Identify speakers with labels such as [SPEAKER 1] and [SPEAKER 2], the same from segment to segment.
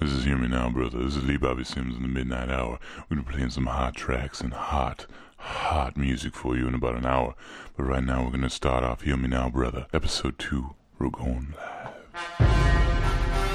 [SPEAKER 1] This is Hear Me Now, brother. This is Lee Bobby Sims in the Midnight Hour. We're gonna be playing some hot tracks and hot, hot music for you in about an hour. But right now, we're gonna start off Hear Me Now, brother, episode two. We're going live.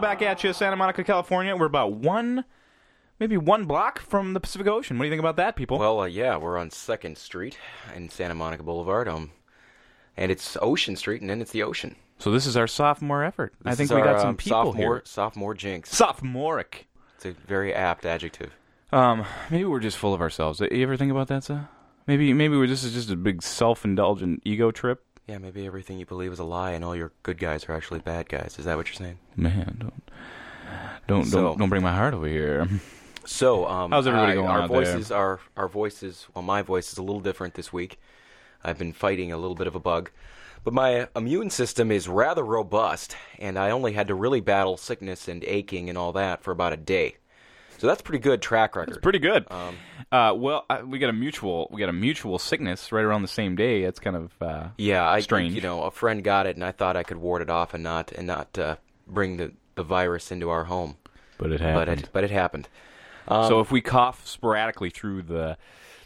[SPEAKER 2] back at you, Santa Monica, California. We're about one, maybe one block from the Pacific Ocean. What do you think about that, people?
[SPEAKER 3] Well, uh, yeah, we're on Second Street in Santa Monica Boulevard, um, and it's Ocean Street, and then it's the ocean.
[SPEAKER 2] So this is our sophomore effort.
[SPEAKER 3] This
[SPEAKER 2] I think
[SPEAKER 3] is
[SPEAKER 2] we
[SPEAKER 3] our,
[SPEAKER 2] got some
[SPEAKER 3] um,
[SPEAKER 2] people
[SPEAKER 3] sophomore,
[SPEAKER 2] here.
[SPEAKER 3] Sophomore jinx.
[SPEAKER 2] Sophomoric.
[SPEAKER 3] It's a very apt adjective.
[SPEAKER 2] Um, maybe we're just full of ourselves. You ever think about that, Seth? Maybe, maybe we're just, this is just a big self-indulgent ego trip.
[SPEAKER 3] Yeah, maybe everything you believe is a lie, and all your good guys are actually bad guys. Is that what you're saying?
[SPEAKER 2] Man, don't, don't, so, don't, don't bring my heart over here.
[SPEAKER 3] So, um,
[SPEAKER 2] how's everybody
[SPEAKER 3] I,
[SPEAKER 2] going?
[SPEAKER 3] Our
[SPEAKER 2] out
[SPEAKER 3] voices
[SPEAKER 2] there?
[SPEAKER 3] are our voices. Well, my voice is a little different this week. I've been fighting a little bit of a bug, but my immune system is rather robust, and I only had to really battle sickness and aching and all that for about a day. So that's pretty good track record.
[SPEAKER 2] That's pretty good. Um, uh, well, I, we got a mutual we got a mutual sickness right around the same day. That's kind of uh,
[SPEAKER 3] yeah, I
[SPEAKER 2] strange.
[SPEAKER 3] you know a friend got it, and I thought I could ward it off and not and not uh, bring the, the virus into our home.
[SPEAKER 2] but it um,
[SPEAKER 3] But
[SPEAKER 2] happened.
[SPEAKER 3] it but it happened.
[SPEAKER 2] so if we cough sporadically through the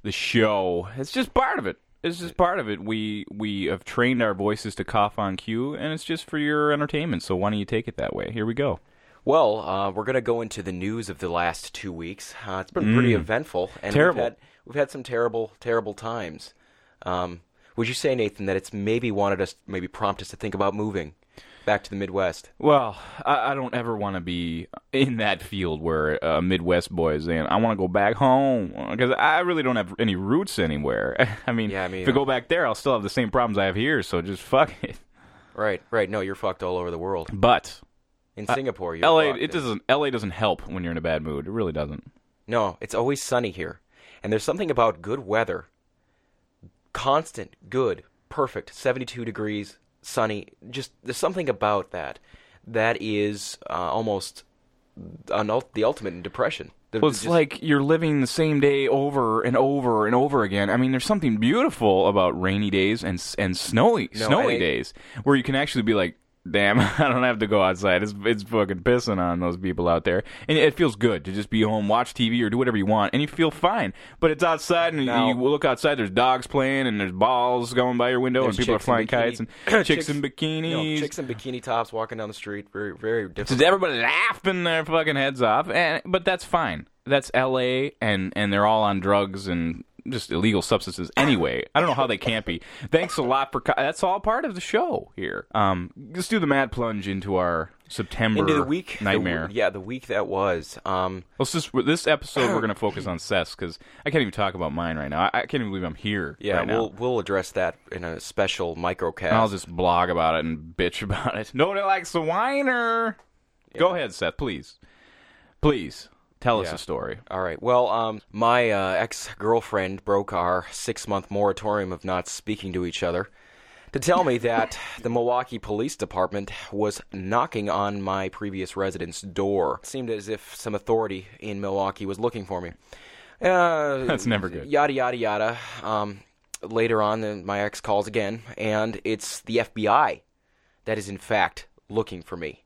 [SPEAKER 2] the show, it's just part of it. It's just part of it. We we have trained our voices to cough on cue, and it's just for your entertainment. So why don't you take it that way? Here we go.
[SPEAKER 3] Well, uh, we're going to go into the news of the last two weeks. Uh, it's been pretty eventful, and
[SPEAKER 2] Mm. Terrible.
[SPEAKER 3] We've had, we've had some terrible, terrible times. Um, would you say, Nathan, that it's maybe wanted us, maybe prompt us to think about moving back to the Midwest?
[SPEAKER 2] Well, I, I don't ever want to be in that field where a Midwest boy is in. I want to go back home because I really don't have any roots anywhere. I mean,
[SPEAKER 3] Yeah, I mean,
[SPEAKER 2] if I
[SPEAKER 3] uh,
[SPEAKER 2] go back there, I'll still have the same problems I have here. So just fuck it.
[SPEAKER 3] Right, right. No, you're fucked all over the world.
[SPEAKER 2] But
[SPEAKER 3] In Singapore, you're
[SPEAKER 2] L.A.
[SPEAKER 3] fucked.
[SPEAKER 2] Uh, it doesn't. L.A. doesn't help when you're in a bad mood. It really doesn't.
[SPEAKER 3] No, it's always sunny here, and there's something about good weather. Constant, good, perfect, 72 degrees, sunny. Just there's something about that that is uh, almost an ult- the ultimate in depression. The-
[SPEAKER 2] Well, it's
[SPEAKER 3] just-
[SPEAKER 2] like you're living the same day over and over and over again. I mean, there's something beautiful about rainy days and s- and snowy
[SPEAKER 3] No,
[SPEAKER 2] snowy
[SPEAKER 3] I-
[SPEAKER 2] days where you can actually be like, "Damn, I don't have to go outside. It's it's fucking pissing on those people out there." And it feels good to just be home, watch TV, or do whatever you want, and you feel fine. But it's outside, and
[SPEAKER 3] Now-
[SPEAKER 2] you look outside. There's dogs playing, and there's balls going by your window, and
[SPEAKER 3] there's
[SPEAKER 2] people are
[SPEAKER 3] chicks in
[SPEAKER 2] flying kites
[SPEAKER 3] bikini-
[SPEAKER 2] and chicks in bikinis.
[SPEAKER 3] No, chicks in bikini tops walking down the street. Very, very different.
[SPEAKER 2] Just everybody laughing their fucking heads off, and but that's fine. That's L.A. and and they're all on drugs and just illegal substances anyway. I don't know how they can't be. Thanks a lot for co- that's all part of the show here. Um, let's do the mad plunge into our September
[SPEAKER 3] Into the week the w-
[SPEAKER 2] nightmare.
[SPEAKER 3] yeah, the week that was. Um,
[SPEAKER 2] Let's just this episode we're gonna focus on Seth's because I can't even talk about mine right now. I, I can't even believe I'm here.
[SPEAKER 3] yeah,
[SPEAKER 2] right now.
[SPEAKER 3] we'll we'll address that in a special microcast.
[SPEAKER 2] And I'll just blog about it and bitch about it. Nobody likes the whiner. Go ahead, Seth. Please, please tell us
[SPEAKER 3] Yeah.
[SPEAKER 2] a story.
[SPEAKER 3] All right. Well, um, my uh, ex girlfriend broke our six month moratorium of not speaking to each other to tell me that the Milwaukee Police Department was knocking on my previous residence door. It seemed as if some authority in Milwaukee was looking for me. Uh,
[SPEAKER 2] That's never good.
[SPEAKER 3] Yada, yada, yada. Um, later on, then my ex calls again, and it's the FBI that is, in fact, looking for me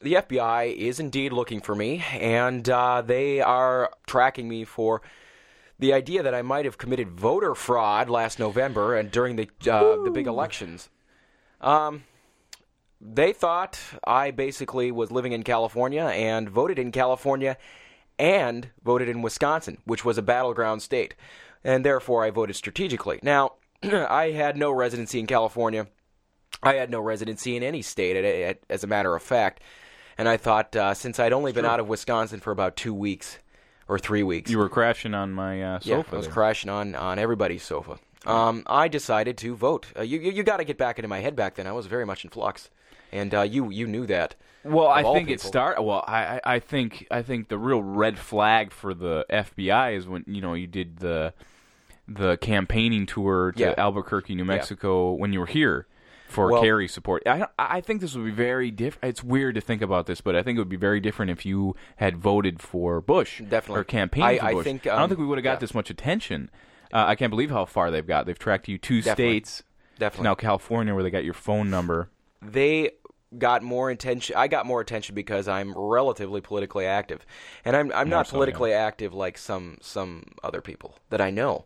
[SPEAKER 3] the FBI is indeed looking for me, and uh, they are tracking me for the idea that I might have committed voter fraud last November and during the uh, the big elections. Um, they thought I basically was living in California and voted in California and voted in Wisconsin, which was a battleground state, and therefore I voted strategically. Now, I had no residency in California. I had no residency in any state, at, at, as a matter of fact. And I thought, uh, since I'd only been out of Wisconsin for about two weeks or three weeks,
[SPEAKER 2] You were crashing on my uh,
[SPEAKER 3] yeah,
[SPEAKER 2] sofa.
[SPEAKER 3] I was
[SPEAKER 2] there.
[SPEAKER 3] crashing on, on everybody's sofa. Um, I decided to vote. Uh, you you, you got to get back into my head back then. I was very much in flux. and uh, you you knew that.
[SPEAKER 2] Well, I
[SPEAKER 3] all
[SPEAKER 2] think it
[SPEAKER 3] people.
[SPEAKER 2] start. Well, I, I I think I think the real red flag for the FBI is when you know you did the the campaigning tour to
[SPEAKER 3] Yeah.
[SPEAKER 2] Albuquerque, New Mexico, when you were here for
[SPEAKER 3] Well-
[SPEAKER 2] Kerry support. I I think this would be very different. It's weird to think about this, but I think it would be very different if you had voted for Bush,
[SPEAKER 3] Definitely.
[SPEAKER 2] or campaigned
[SPEAKER 3] I-
[SPEAKER 2] for
[SPEAKER 3] I
[SPEAKER 2] Bush.
[SPEAKER 3] think,
[SPEAKER 2] I don't
[SPEAKER 3] um,
[SPEAKER 2] think we would have got
[SPEAKER 3] yeah.
[SPEAKER 2] this much attention. Uh, I can't believe how far they've got. They've tracked you two
[SPEAKER 3] Definitely.
[SPEAKER 2] states.
[SPEAKER 3] Definitely.
[SPEAKER 2] Now California, where they got your phone number.
[SPEAKER 3] they got more attention. I got more attention because I'm relatively politically active, and I'm I'm not
[SPEAKER 2] so, yeah.
[SPEAKER 3] politically active like some some other people that I know.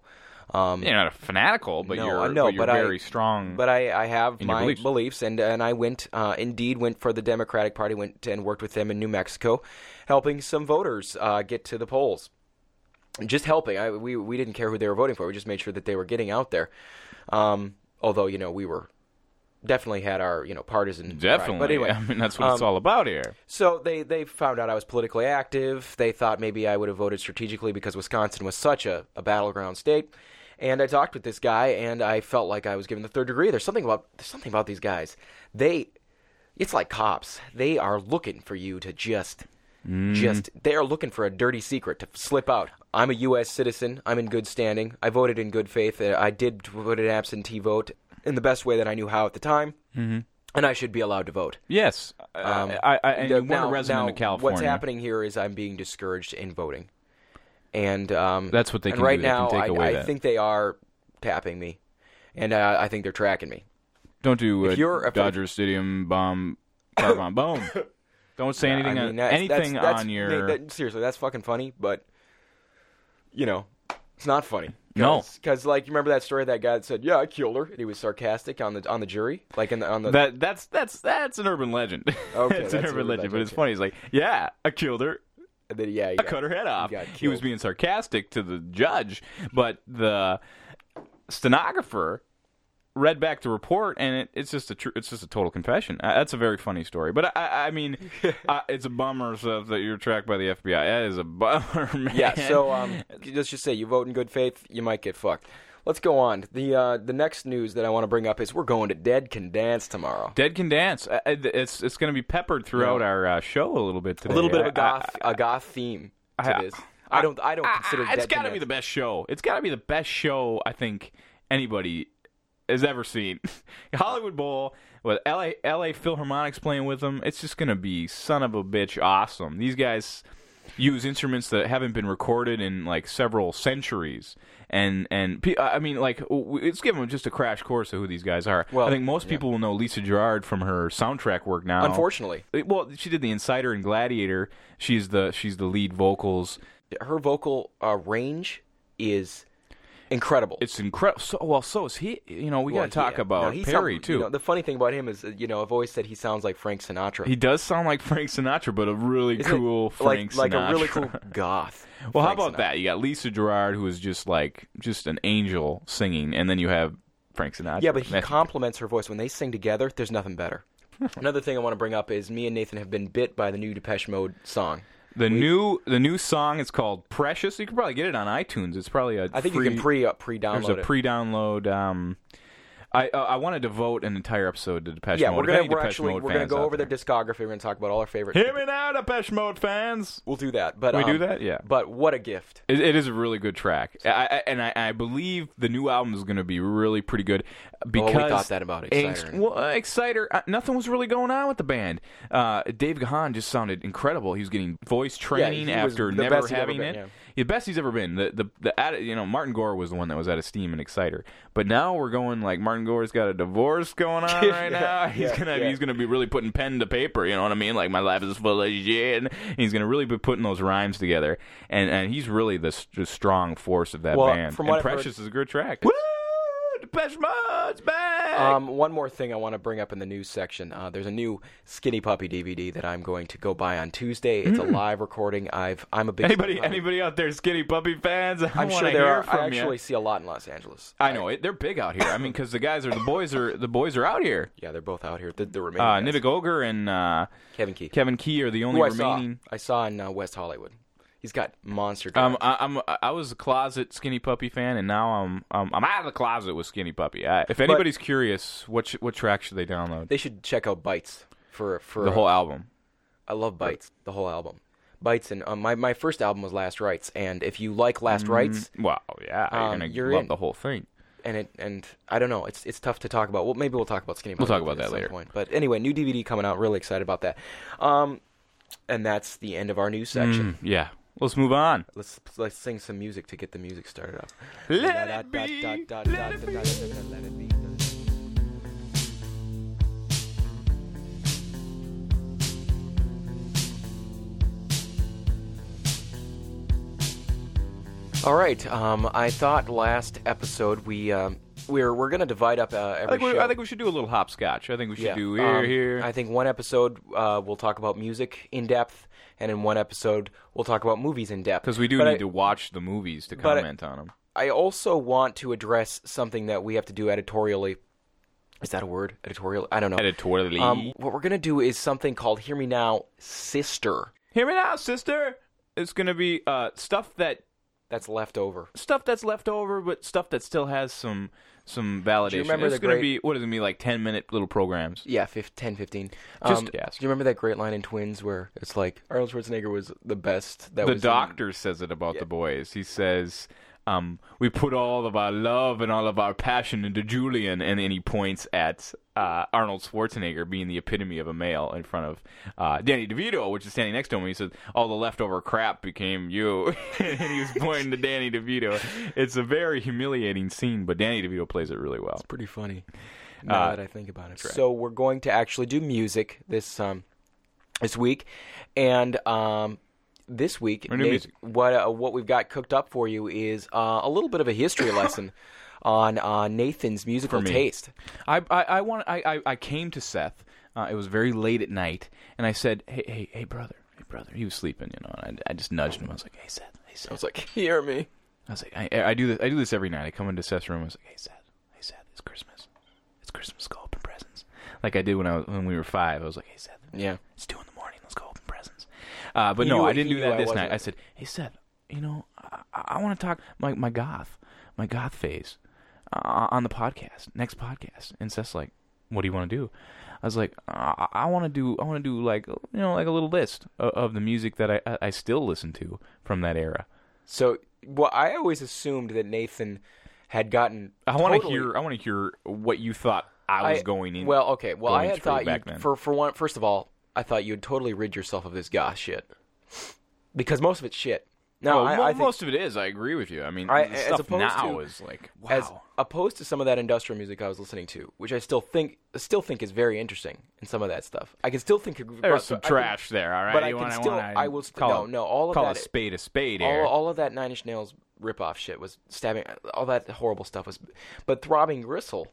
[SPEAKER 3] Um,
[SPEAKER 2] You're not a fanatical, but
[SPEAKER 3] No,
[SPEAKER 2] you're,
[SPEAKER 3] I know,
[SPEAKER 2] but you're
[SPEAKER 3] but I-
[SPEAKER 2] very strong.
[SPEAKER 3] But I, I have
[SPEAKER 2] your
[SPEAKER 3] my
[SPEAKER 2] beliefs.
[SPEAKER 3] beliefs. and and I went uh, indeed went for the Democratic Party, went and worked with them in New Mexico, helping some voters uh, get to the polls. Just helping. I, we we didn't care who they were voting for. We just made sure that they were getting out there. Um, although you know we were definitely had our you know partisan pride.
[SPEAKER 2] Definitely.
[SPEAKER 3] But anyway, um,
[SPEAKER 2] I mean, that's what it's all about here.
[SPEAKER 3] So they, they found out I was politically active. They thought maybe I would have voted strategically because Wisconsin was such a, a battleground state. And I talked with this guy, and I felt like I was given the third degree. There's something about there's something about these guys. They, it's like cops. They are looking for you to just, just. They are looking for a dirty secret to slip out. I'm a U.S. citizen. I'm in good standing. I voted in good faith. Uh, I did vote an absentee vote in the best way that I knew how at the time. Mm-hmm. And I should be allowed to vote.
[SPEAKER 2] Yes. Uh, I, I, and
[SPEAKER 3] um, Now-
[SPEAKER 2] you weren't a resident
[SPEAKER 3] now,
[SPEAKER 2] of California.
[SPEAKER 3] What's happening here is I'm being discouraged in voting, and um,
[SPEAKER 2] That's what they
[SPEAKER 3] and
[SPEAKER 2] can
[SPEAKER 3] right
[SPEAKER 2] do. They can
[SPEAKER 3] now,
[SPEAKER 2] take
[SPEAKER 3] I,
[SPEAKER 2] away
[SPEAKER 3] I
[SPEAKER 2] that.
[SPEAKER 3] think they are tapping me, and uh, I think they're tracking me.
[SPEAKER 2] Don't do uh,
[SPEAKER 3] you're a-
[SPEAKER 2] Dodger Stadium bomb, car bomb, boom. Don't say anything,
[SPEAKER 3] I
[SPEAKER 2] on,
[SPEAKER 3] mean, that's,
[SPEAKER 2] anything
[SPEAKER 3] that's, that's,
[SPEAKER 2] on your.
[SPEAKER 3] that- that- seriously, that's fucking funny, but you know, it's not funny.
[SPEAKER 2] No.
[SPEAKER 3] because like you remember that story of that guy that said, "Yeah, I killed her," and he was sarcastic on the on the jury, like in the on the
[SPEAKER 2] that that's that's that's an urban legend. it's
[SPEAKER 3] that's
[SPEAKER 2] an
[SPEAKER 3] an
[SPEAKER 2] urban
[SPEAKER 3] urban
[SPEAKER 2] legend, but
[SPEAKER 3] legend,
[SPEAKER 2] it's
[SPEAKER 3] okay.
[SPEAKER 2] funny. It's like, yeah, I killed her.
[SPEAKER 3] and then, yeah,
[SPEAKER 2] I cut her head off.
[SPEAKER 3] got
[SPEAKER 2] He was
[SPEAKER 3] killed.
[SPEAKER 2] being sarcastic to the judge, but the stenographer read back the report, and it, it's just a tr- it's just a total confession. Uh, that's a very funny story, but I, I, I mean, uh, it's a bummer stuff that you're tracked by the FBI. That is a bummer, man.
[SPEAKER 3] Yeah, so um, let's just say you vote in good faith, you might get fucked. Let's go on. The uh, the next news that I want to bring up is we're going to Dead Can Dance tomorrow.
[SPEAKER 2] Dead Can Dance. Uh, uh, It's it's going to be peppered throughout our uh, show a little bit today.
[SPEAKER 3] A little bit of
[SPEAKER 2] I-
[SPEAKER 3] a goth a goth theme to
[SPEAKER 2] I-
[SPEAKER 3] this. I don't I don't consider
[SPEAKER 2] Ah,
[SPEAKER 3] Dead
[SPEAKER 2] it's got to
[SPEAKER 3] Can
[SPEAKER 2] be the
[SPEAKER 3] Dance.
[SPEAKER 2] best show. It's got to be the best show I think anybody has ever seen. Hollywood Bowl with LA LA Philharmonics playing with them. It's just gonna be son of a bitch awesome. These guys use instruments that haven't been recorded in like several centuries, and and pe- I mean like w- it's given them just a crash course of who these guys are.
[SPEAKER 3] Well,
[SPEAKER 2] I think most people will know Lisa Gerard from her soundtrack work
[SPEAKER 3] Oh.
[SPEAKER 2] now.
[SPEAKER 3] Unfortunately,
[SPEAKER 2] Well, she did The Insider and Gladiator. She's the she's the lead vocals.
[SPEAKER 3] her vocal uh, range is incredible.
[SPEAKER 2] It's incredible. So, well, so is he. You know, we
[SPEAKER 3] Well,
[SPEAKER 2] got to talk
[SPEAKER 3] yeah. No,
[SPEAKER 2] about
[SPEAKER 3] he sound-
[SPEAKER 2] Perry
[SPEAKER 3] you
[SPEAKER 2] too.
[SPEAKER 3] know, the funny thing about him is, uh, you know, I've always said he sounds like Frank Sinatra.
[SPEAKER 2] he does sound like Frank Sinatra, but a really
[SPEAKER 3] Isn't it
[SPEAKER 2] cool Frank
[SPEAKER 3] like,
[SPEAKER 2] Sinatra.
[SPEAKER 3] like a really cool goth.
[SPEAKER 2] well, how
[SPEAKER 3] Frank
[SPEAKER 2] about
[SPEAKER 3] Sinatra.
[SPEAKER 2] that? You got Lisa Gerard, who is just like just an angel singing, and then you have Frank Sinatra.
[SPEAKER 3] Yeah, but he
[SPEAKER 2] That's-
[SPEAKER 3] complements her voice. When they sing together, there's nothing better. Another thing I want to bring up is me and Nathan have been bit by the new Depeche Mode song.
[SPEAKER 2] the new the new song is called Precious. You can probably get it on iTunes. It's probably a
[SPEAKER 3] I think
[SPEAKER 2] free,
[SPEAKER 3] you can pre uh, pre download
[SPEAKER 2] there's a
[SPEAKER 3] it.
[SPEAKER 2] pre-download. Um, I uh, I want to devote an entire episode to Depeche
[SPEAKER 3] yeah,
[SPEAKER 2] Mode.
[SPEAKER 3] we're
[SPEAKER 2] If
[SPEAKER 3] gonna
[SPEAKER 2] any
[SPEAKER 3] we're
[SPEAKER 2] Depeche
[SPEAKER 3] actually
[SPEAKER 2] Mode
[SPEAKER 3] we're gonna
[SPEAKER 2] fans
[SPEAKER 3] go
[SPEAKER 2] out
[SPEAKER 3] over
[SPEAKER 2] there.
[SPEAKER 3] their discography. We're gonna talk about all our favorite.
[SPEAKER 2] Hear me now, Depeche Mode fans.
[SPEAKER 3] We'll do that. But
[SPEAKER 2] We do
[SPEAKER 3] um,
[SPEAKER 2] that? Yeah.
[SPEAKER 3] But what a gift!
[SPEAKER 2] It, it is a really good track, I, I, and I, I believe the new album is going to be really pretty good
[SPEAKER 3] Well,
[SPEAKER 2] because
[SPEAKER 3] Oh, we thought that about Exciter.
[SPEAKER 2] Angst- well, uh, Exciter, uh, nothing was really going on with the band. Uh, Dave Gahan just sounded incredible. He was getting voice training
[SPEAKER 3] he was
[SPEAKER 2] after
[SPEAKER 3] the
[SPEAKER 2] never
[SPEAKER 3] best he'd ever
[SPEAKER 2] having
[SPEAKER 3] been,
[SPEAKER 2] it.
[SPEAKER 3] yeah.
[SPEAKER 2] The best he's ever been. The the the ad- you know Martin Gore was the one that was out of steam and Exciter, but now we're going like Martin Gore's got a divorce going on right
[SPEAKER 3] Yeah,
[SPEAKER 2] now. He's
[SPEAKER 3] yeah,
[SPEAKER 2] gonna
[SPEAKER 3] yeah.
[SPEAKER 2] he's gonna be really putting pen to paper. You know what I mean? Like my life is full of shit. And he's gonna really be putting those rhymes together, and and he's really the, s- the strong force of that
[SPEAKER 3] Well,
[SPEAKER 2] band.
[SPEAKER 3] from
[SPEAKER 2] and
[SPEAKER 3] what I've
[SPEAKER 2] Precious is a good track. Woo! Depeche Mode's back.
[SPEAKER 3] Um, one more thing I want to bring up in the news section. Uh, there's a new Skinny Puppy DVD that I'm going to go buy on Tuesday. It's a live recording. I've I'm a big
[SPEAKER 2] Mm. Anybody,
[SPEAKER 3] I'm,
[SPEAKER 2] anybody out there, skinny puppy fans? I
[SPEAKER 3] I'm
[SPEAKER 2] wanna
[SPEAKER 3] sure
[SPEAKER 2] hear
[SPEAKER 3] there are.
[SPEAKER 2] From
[SPEAKER 3] I
[SPEAKER 2] ya.
[SPEAKER 3] actually see a lot in Los Angeles.
[SPEAKER 2] I know it, they're big out here. I mean, because the guys are the boys are the boys are out here.
[SPEAKER 3] Yeah, they're both out here. The, the remaining
[SPEAKER 2] Uh,
[SPEAKER 3] guys.
[SPEAKER 2] Nivik Ogre and uh,
[SPEAKER 3] Kevin Key.
[SPEAKER 2] Kevin Key are the only
[SPEAKER 3] Who I
[SPEAKER 2] remaining.
[SPEAKER 3] saw. I saw in uh, West Hollywood. He's got monster.
[SPEAKER 2] Um,
[SPEAKER 3] Um,
[SPEAKER 2] I, I'm I was a closet skinny puppy fan, and now I'm um, I'm out of the closet with skinny puppy. I, if anybody's curious, what sh- what track should they download?
[SPEAKER 3] they should check out Bites. for for
[SPEAKER 2] The whole album.
[SPEAKER 3] I love Bites, the whole album. Bites and um, my my first album was Last Rites, and if you like Last
[SPEAKER 2] Mm-hmm.
[SPEAKER 3] Rites,
[SPEAKER 2] Wow, yeah, you're
[SPEAKER 3] Um,
[SPEAKER 2] gonna
[SPEAKER 3] you're
[SPEAKER 2] love
[SPEAKER 3] in.
[SPEAKER 2] the whole thing.
[SPEAKER 3] and it and I don't know, it's it's tough to talk about. Well, maybe we'll talk about Skinny.
[SPEAKER 2] We'll
[SPEAKER 3] Puppy
[SPEAKER 2] talk about
[SPEAKER 3] at
[SPEAKER 2] that
[SPEAKER 3] some
[SPEAKER 2] later.
[SPEAKER 3] Point. But anyway, new DVD coming out. Really excited about that. Um, and that's the end of our news section.
[SPEAKER 2] Yeah, let's move on.
[SPEAKER 3] Let's let's sing some music to get the music started up.
[SPEAKER 2] Let it be, let it be.
[SPEAKER 3] All right. Um, I thought last episode we um, we're we're gonna divide up uh,
[SPEAKER 2] I
[SPEAKER 3] every
[SPEAKER 2] think, we,
[SPEAKER 3] show.
[SPEAKER 2] I think we should do a little hopscotch. I think we should do here,
[SPEAKER 3] Um,
[SPEAKER 2] here.
[SPEAKER 3] I think one episode uh, we'll talk about music in depth, and in one episode we'll talk about movies in depth.
[SPEAKER 2] Because we do
[SPEAKER 3] But
[SPEAKER 2] need
[SPEAKER 3] I,
[SPEAKER 2] to watch the movies to
[SPEAKER 3] but I-
[SPEAKER 2] comment on them.
[SPEAKER 3] I also want to address something that we have to do editorially. Is that a word? Editorial? I don't know.
[SPEAKER 2] Editorially.
[SPEAKER 3] Um, what we're gonna do is something called "Hear Me Now, Sister."
[SPEAKER 2] Hear me now, sister. It's gonna be uh, stuff that
[SPEAKER 3] That's left over.
[SPEAKER 2] stuff that's left over, but stuff that still has some some validation.
[SPEAKER 3] remember
[SPEAKER 2] it's
[SPEAKER 3] the
[SPEAKER 2] gonna
[SPEAKER 3] great-
[SPEAKER 2] be what is it gonna be like ten minute little programs?
[SPEAKER 3] Yeah, fif- 10, 15.
[SPEAKER 2] Just-
[SPEAKER 3] um,
[SPEAKER 2] Yes.
[SPEAKER 3] Do you remember that great line in Twins where it's like Arnold Schwarzenegger was the best? That
[SPEAKER 2] the
[SPEAKER 3] was in-
[SPEAKER 2] doctor says it about the boys. He says, um, "We put all of our love and all of our passion into Julian," and then he points at uh, Arnold Schwarzenegger being the epitome of a male in front of uh, Danny DeVito, which is standing next to him. He says, "All the leftover crap became you," and he was pointing to Danny DeVito. It's a very humiliating scene, but Danny DeVito plays it really well.
[SPEAKER 3] pretty funny. Now that I think about it. So we're going to actually do music this um this week, and um this week
[SPEAKER 2] gonna do
[SPEAKER 3] Nate,
[SPEAKER 2] music.
[SPEAKER 3] what uh, what we've got cooked up for you is uh, a little bit of a history lesson on uh, Nathan's musical
[SPEAKER 2] me.
[SPEAKER 3] taste.
[SPEAKER 2] I I, I want I, I I came to Seth. Uh, it was very late at night, and I said, "Hey hey hey brother, hey brother." He was sleeping, you know. And I, I just nudged him. I was like, "Hey Seth, hey Seth."
[SPEAKER 3] I was like, hear me.
[SPEAKER 2] I was like, I, I do this. I do this every night. I come into Seth's room. I was like, Hey Seth, hey Seth, it's Christmas. It's Christmas. Go open presents, like I did when I was, when we were five. I was like, Hey Seth,
[SPEAKER 3] Yeah.
[SPEAKER 2] it's two in the morning. Let's go open presents. Uh, but
[SPEAKER 3] He
[SPEAKER 2] no,
[SPEAKER 3] knew-
[SPEAKER 2] I didn't
[SPEAKER 3] he
[SPEAKER 2] do
[SPEAKER 3] knew
[SPEAKER 2] that
[SPEAKER 3] I
[SPEAKER 2] this
[SPEAKER 3] wasn't-
[SPEAKER 2] night. I said, "Hey Seth, you know, I, I want to talk my my goth, my goth phase uh, on the podcast, next podcast." And Seth's like, "What do you want to do?" I was like, "I, I want to do, I want to do like you know, like a little list of, of the music that I, I I still listen to from that era.
[SPEAKER 3] So well, I always assumed that Nathan had gotten.
[SPEAKER 2] I want to
[SPEAKER 3] totally-
[SPEAKER 2] hear, I want to hear what you thought I was
[SPEAKER 3] I-
[SPEAKER 2] going in.
[SPEAKER 3] Well, okay. Well, I
[SPEAKER 2] going
[SPEAKER 3] had
[SPEAKER 2] through
[SPEAKER 3] thought
[SPEAKER 2] back
[SPEAKER 3] you
[SPEAKER 2] then.
[SPEAKER 3] for for one. First of all, I thought you had totally rid yourself of this goth shit because most of it's shit. No,
[SPEAKER 2] Well,
[SPEAKER 3] I,
[SPEAKER 2] well,
[SPEAKER 3] I think
[SPEAKER 2] most of it is. I agree with you. I mean,
[SPEAKER 3] I-
[SPEAKER 2] the
[SPEAKER 3] as
[SPEAKER 2] stuff
[SPEAKER 3] opposed
[SPEAKER 2] now
[SPEAKER 3] to-
[SPEAKER 2] is like wow.
[SPEAKER 3] as opposed to some of that industrial music I was listening to, which I still think still think is very interesting in some of that stuff. I can still think of
[SPEAKER 2] There's some
[SPEAKER 3] I can-
[SPEAKER 2] trash there, all right.
[SPEAKER 3] but I
[SPEAKER 2] You
[SPEAKER 3] can
[SPEAKER 2] wanna-
[SPEAKER 3] still-
[SPEAKER 2] wanna
[SPEAKER 3] I will st-
[SPEAKER 2] call
[SPEAKER 3] no,
[SPEAKER 2] it-
[SPEAKER 3] no, all of
[SPEAKER 2] call
[SPEAKER 3] that-
[SPEAKER 2] a spade a spade
[SPEAKER 3] all,
[SPEAKER 2] here.
[SPEAKER 3] all of that Nine Inch Nails ripoff shit was stabbing. All that horrible stuff was, but Throbbing Gristle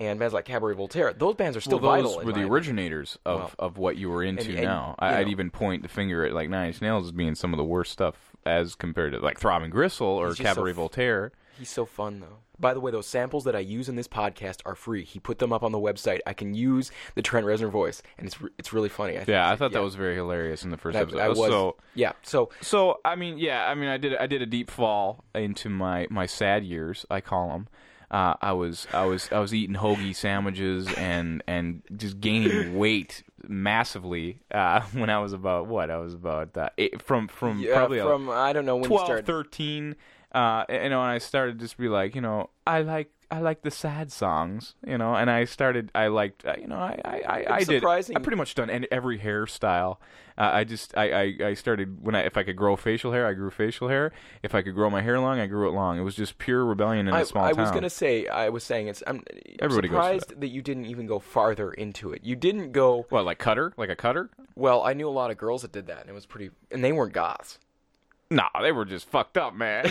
[SPEAKER 3] and bands like Cabaret Voltaire, those bands are still
[SPEAKER 2] Well, those
[SPEAKER 3] vital. in
[SPEAKER 2] were
[SPEAKER 3] my
[SPEAKER 2] the
[SPEAKER 3] opinion.
[SPEAKER 2] originators of, of what you were into
[SPEAKER 3] and,
[SPEAKER 2] now.
[SPEAKER 3] you
[SPEAKER 2] I, I'd
[SPEAKER 3] know.
[SPEAKER 2] even point the finger at like Nine Inch Nails as being some of the worst stuff as compared to like Throbbing Gristle or
[SPEAKER 3] He's just so
[SPEAKER 2] Cabaret
[SPEAKER 3] f-
[SPEAKER 2] Voltaire.
[SPEAKER 3] He's so fun though. By the way, those samples that I use in this podcast are free. He put them up on the website. I can use the Trent Reznor voice, and it's re- it's really funny. I think.
[SPEAKER 2] Yeah, I thought that was very hilarious in the first
[SPEAKER 3] I,
[SPEAKER 2] episode.
[SPEAKER 3] I was
[SPEAKER 2] So
[SPEAKER 3] yeah. So
[SPEAKER 2] So I mean, yeah, I mean, I did I did a deep fall into my my sad years. I call them. Uh, I was I was I was eating hoagie sandwiches and and just gaining weight massively uh, when I was about what I was about uh, eight, from from
[SPEAKER 3] yeah,
[SPEAKER 2] probably a-
[SPEAKER 3] from I don't know when you
[SPEAKER 2] 12,
[SPEAKER 3] started.
[SPEAKER 2] 13, uh, you know, and I started just be like, you know, I like I like the sad songs, you know, and I started I liked, uh, you know, I I I, I did
[SPEAKER 3] surprising.
[SPEAKER 2] I pretty much done an- every hairstyle. Uh, I just I, I I started when I if I could grow facial hair, I grew facial hair. If I could grow my hair long, I grew it long. It was just pure rebellion in a
[SPEAKER 3] I,
[SPEAKER 2] small
[SPEAKER 3] I
[SPEAKER 2] town.
[SPEAKER 3] was gonna say I was saying it's I'm, I'm
[SPEAKER 2] Everybody goes through
[SPEAKER 3] surprised that. you didn't even go farther into it. You didn't go
[SPEAKER 2] What like cutter? Like a cutter?
[SPEAKER 3] well. I knew a lot of girls that did that, and it was pretty, and they weren't goths.
[SPEAKER 2] Nah, they were just fucked up, man.